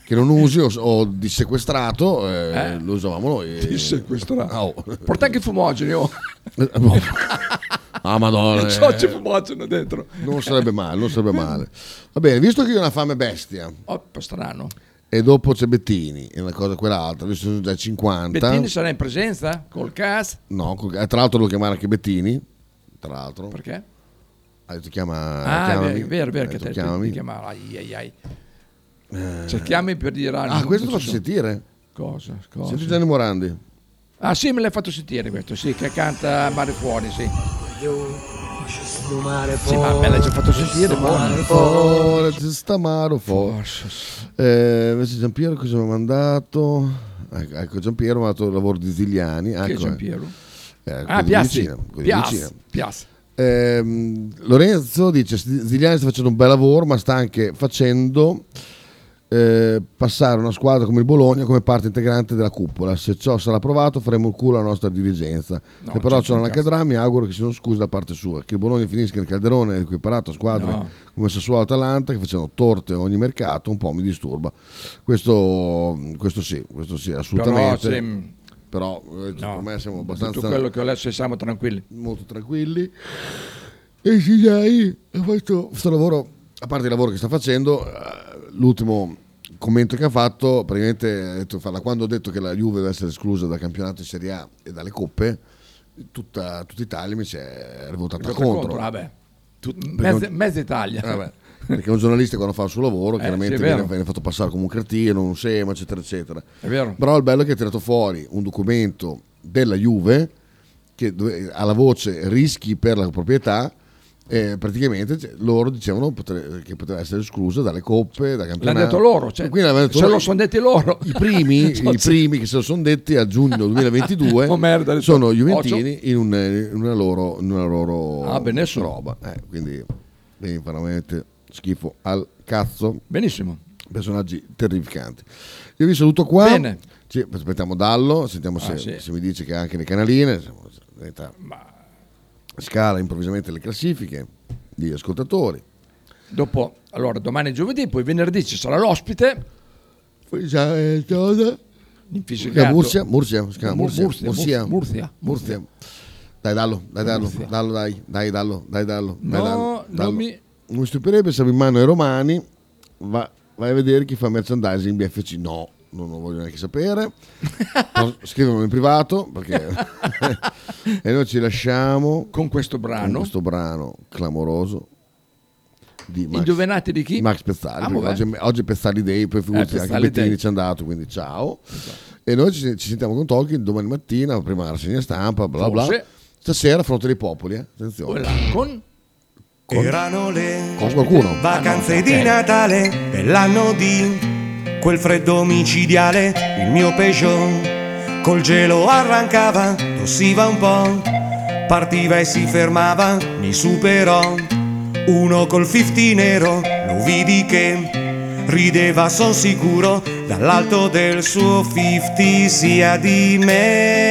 B: che non usi o, o dissequestrato, eh,
C: Eh?
B: lo usavamo noi.
C: Dissequestrato.
B: Oh.
C: Porta anche i fumogeni, oh.
B: Ah, madonna.
C: So,
B: eh.
C: c'è fumogeno dentro.
B: Non sarebbe male, non sarebbe male. Va bene, visto che io ho una fame bestia
C: Oh, strano.
B: e dopo c'è Bettini e una cosa quell'altra, adesso sono già 50.
C: Bettini sarà in presenza col cast.
B: No, col- eh, tra l'altro lo chiamare anche Bettini. Tra l'altro.
C: Perché?
B: Ha detto chiama...
C: Ah, è
B: Eh,
C: vero,
B: chiamami.
C: è vero, è vero
B: Ha
C: che
B: detto
C: te
B: chiamami.
C: ti chiamava. Ai, ai, ai.
B: Eh.
C: Cerchiamo per dire...
B: Ah,
C: non-
B: questo
C: non
B: lo
C: ci
B: faccio
C: sono.
B: sentire.
C: Cosa? cosa?
B: Senti Gianni Morandi.
C: Ah sì, me l'hai fatto sentire questo, sì, che canta Mare Fuori, sì. Sì, ma me l'hai già fatto sentire, buono.
B: Forse sta amaro, forse. Eh, invece Giampiero cosa mi ha mandato? Ecco, ecco Giampiero mi ha dato il lavoro di Zigliani. Ecco, eh.
C: Giampiero?
B: Eh, quello
C: Ah,
B: di
C: Piazzi,
B: vicino, quello di vicino.
C: Piazzi, Piazzi.
B: Ehm, Lorenzo dice Zigliani sta facendo un bel lavoro ma sta anche facendo eh, passare una squadra come il Bologna come parte integrante della cupola. Se ciò sarà approvato faremo il culo alla nostra dirigenza.
S: No,
B: Se però
S: certo,
B: c'è
S: in
B: una
S: casa.
B: Cadrà mi auguro che siano scusi da parte sua. Che il Bologna finisca nel calderone equiparato a squadre
S: No.
B: come Sassuolo e Atalanta che facevano torte a ogni mercato un po' mi disturba. Questo, questo sì, questo sì,
C: Però,
B: assolutamente.
C: se-
B: Però, eh, secondo me siamo
C: dopo
B: abbastanza-
C: Tutto quello che ho letto siamo tranquilli.
B: Molto tranquilli. E Signai ha fatto questo lavoro, a parte il lavoro che sta facendo, eh, l'ultimo commento che ha fatto, praticamente ha detto, "Falla, quando ho detto che la Juve deve essere esclusa dal campionato in Serie A e dalle coppe, tutta, tutta Italia mi si è rivoltata
C: Contro,
B: contro.
C: vabbè.
B: perché-
C: Mezza, mezza Italia.
B: Eh, Vabbè. Perché un giornalista quando fa il suo lavoro
C: Eh,
B: chiaramente
C: sì, è vero.
B: viene, viene fatto passare come un cretino, un sema, eccetera, eccetera.
C: È vero.
B: Però il bello è che ha tirato fuori un documento della Juve che dove- ha la voce rischi per la proprietà. eh, praticamente cioè, loro dicevano potre- che poteva essere esclusa dalle coppe, da campionato.
C: L'hanno detto loro, cioè,
B: Quindi l'hanno detto
C: se
B: loro.
C: lo sono detti loro. Cioè,
B: I primi, i primi che se lo sono detti a giugno 2022
C: Oh, merda, le-
B: sono
C: oh,
B: Juventini in, un- in una loro, in una loro
C: Ah, benissimo.
B: roba. Eh, quindi, quindi veramente schifo al cazzo.
C: Benissimo.
B: Personaggi terrificanti. Io vi saluto qua.
C: Bene.
B: Sì, aspettiamo Dallo, sentiamo se,
C: Ah, sì.
B: se mi dice che anche le canaline siamo- diventa- scala improvvisamente le classifiche di ascoltatori.
C: Dopo, allora, domani è giovedì, poi venerdì ci sarà l'ospite.
B: Poi eh, già è cosa?
C: Infisicato.
B: Mursia, Mursia, si chiama
C: Mur-
B: Mursia,
C: Mursia,
B: Mursia,
C: Mursia,
B: Mursia. Dai Dallo, dai Dallo, Dallo, dai, dai Dallo, dai Dallo. dai,
C: No,
B: Dallo,
C: non
B: Dallo.
C: mi-
B: Non mi stupirebbe se in mano ai romani, va- vai a vedere chi fa merchandising BFC. No, non lo voglio neanche sapere. Pos- Scrivono in privato perché... e noi ci lasciamo
C: con questo brano.
B: Con questo brano clamoroso. Di Max,
C: Indovinate di chi?
B: Max Pezzali.
C: Ah,
B: perché
C: vabbè.
B: oggi, è- oggi è Pezzali Day, poi
C: Eh,
B: figurati, anche
C: Pezzali
B: Bettini
C: Day. Esatto.
B: ci è andato, quindi ciao. E noi ci, ci sentiamo con Tolkien domani mattina, prima la rassegna stampa, bla bla.
C: Forse.
B: Stasera Fronte dei Popoli, eh, attenzione.
C: Quella Con...
B: Con-
H: Erano le
B: Con qualcuno.
H: vacanze
B: Ah, no,
H: di
B: ok.
H: Natale e l'anno di quel freddo micidiale. Il mio Peugeot col gelo arrancava, tossiva un po', partiva e si fermava, mi superò. Uno col 50 nero, lo vidi che rideva, son sicuro, dall'alto del suo 50 sia di me.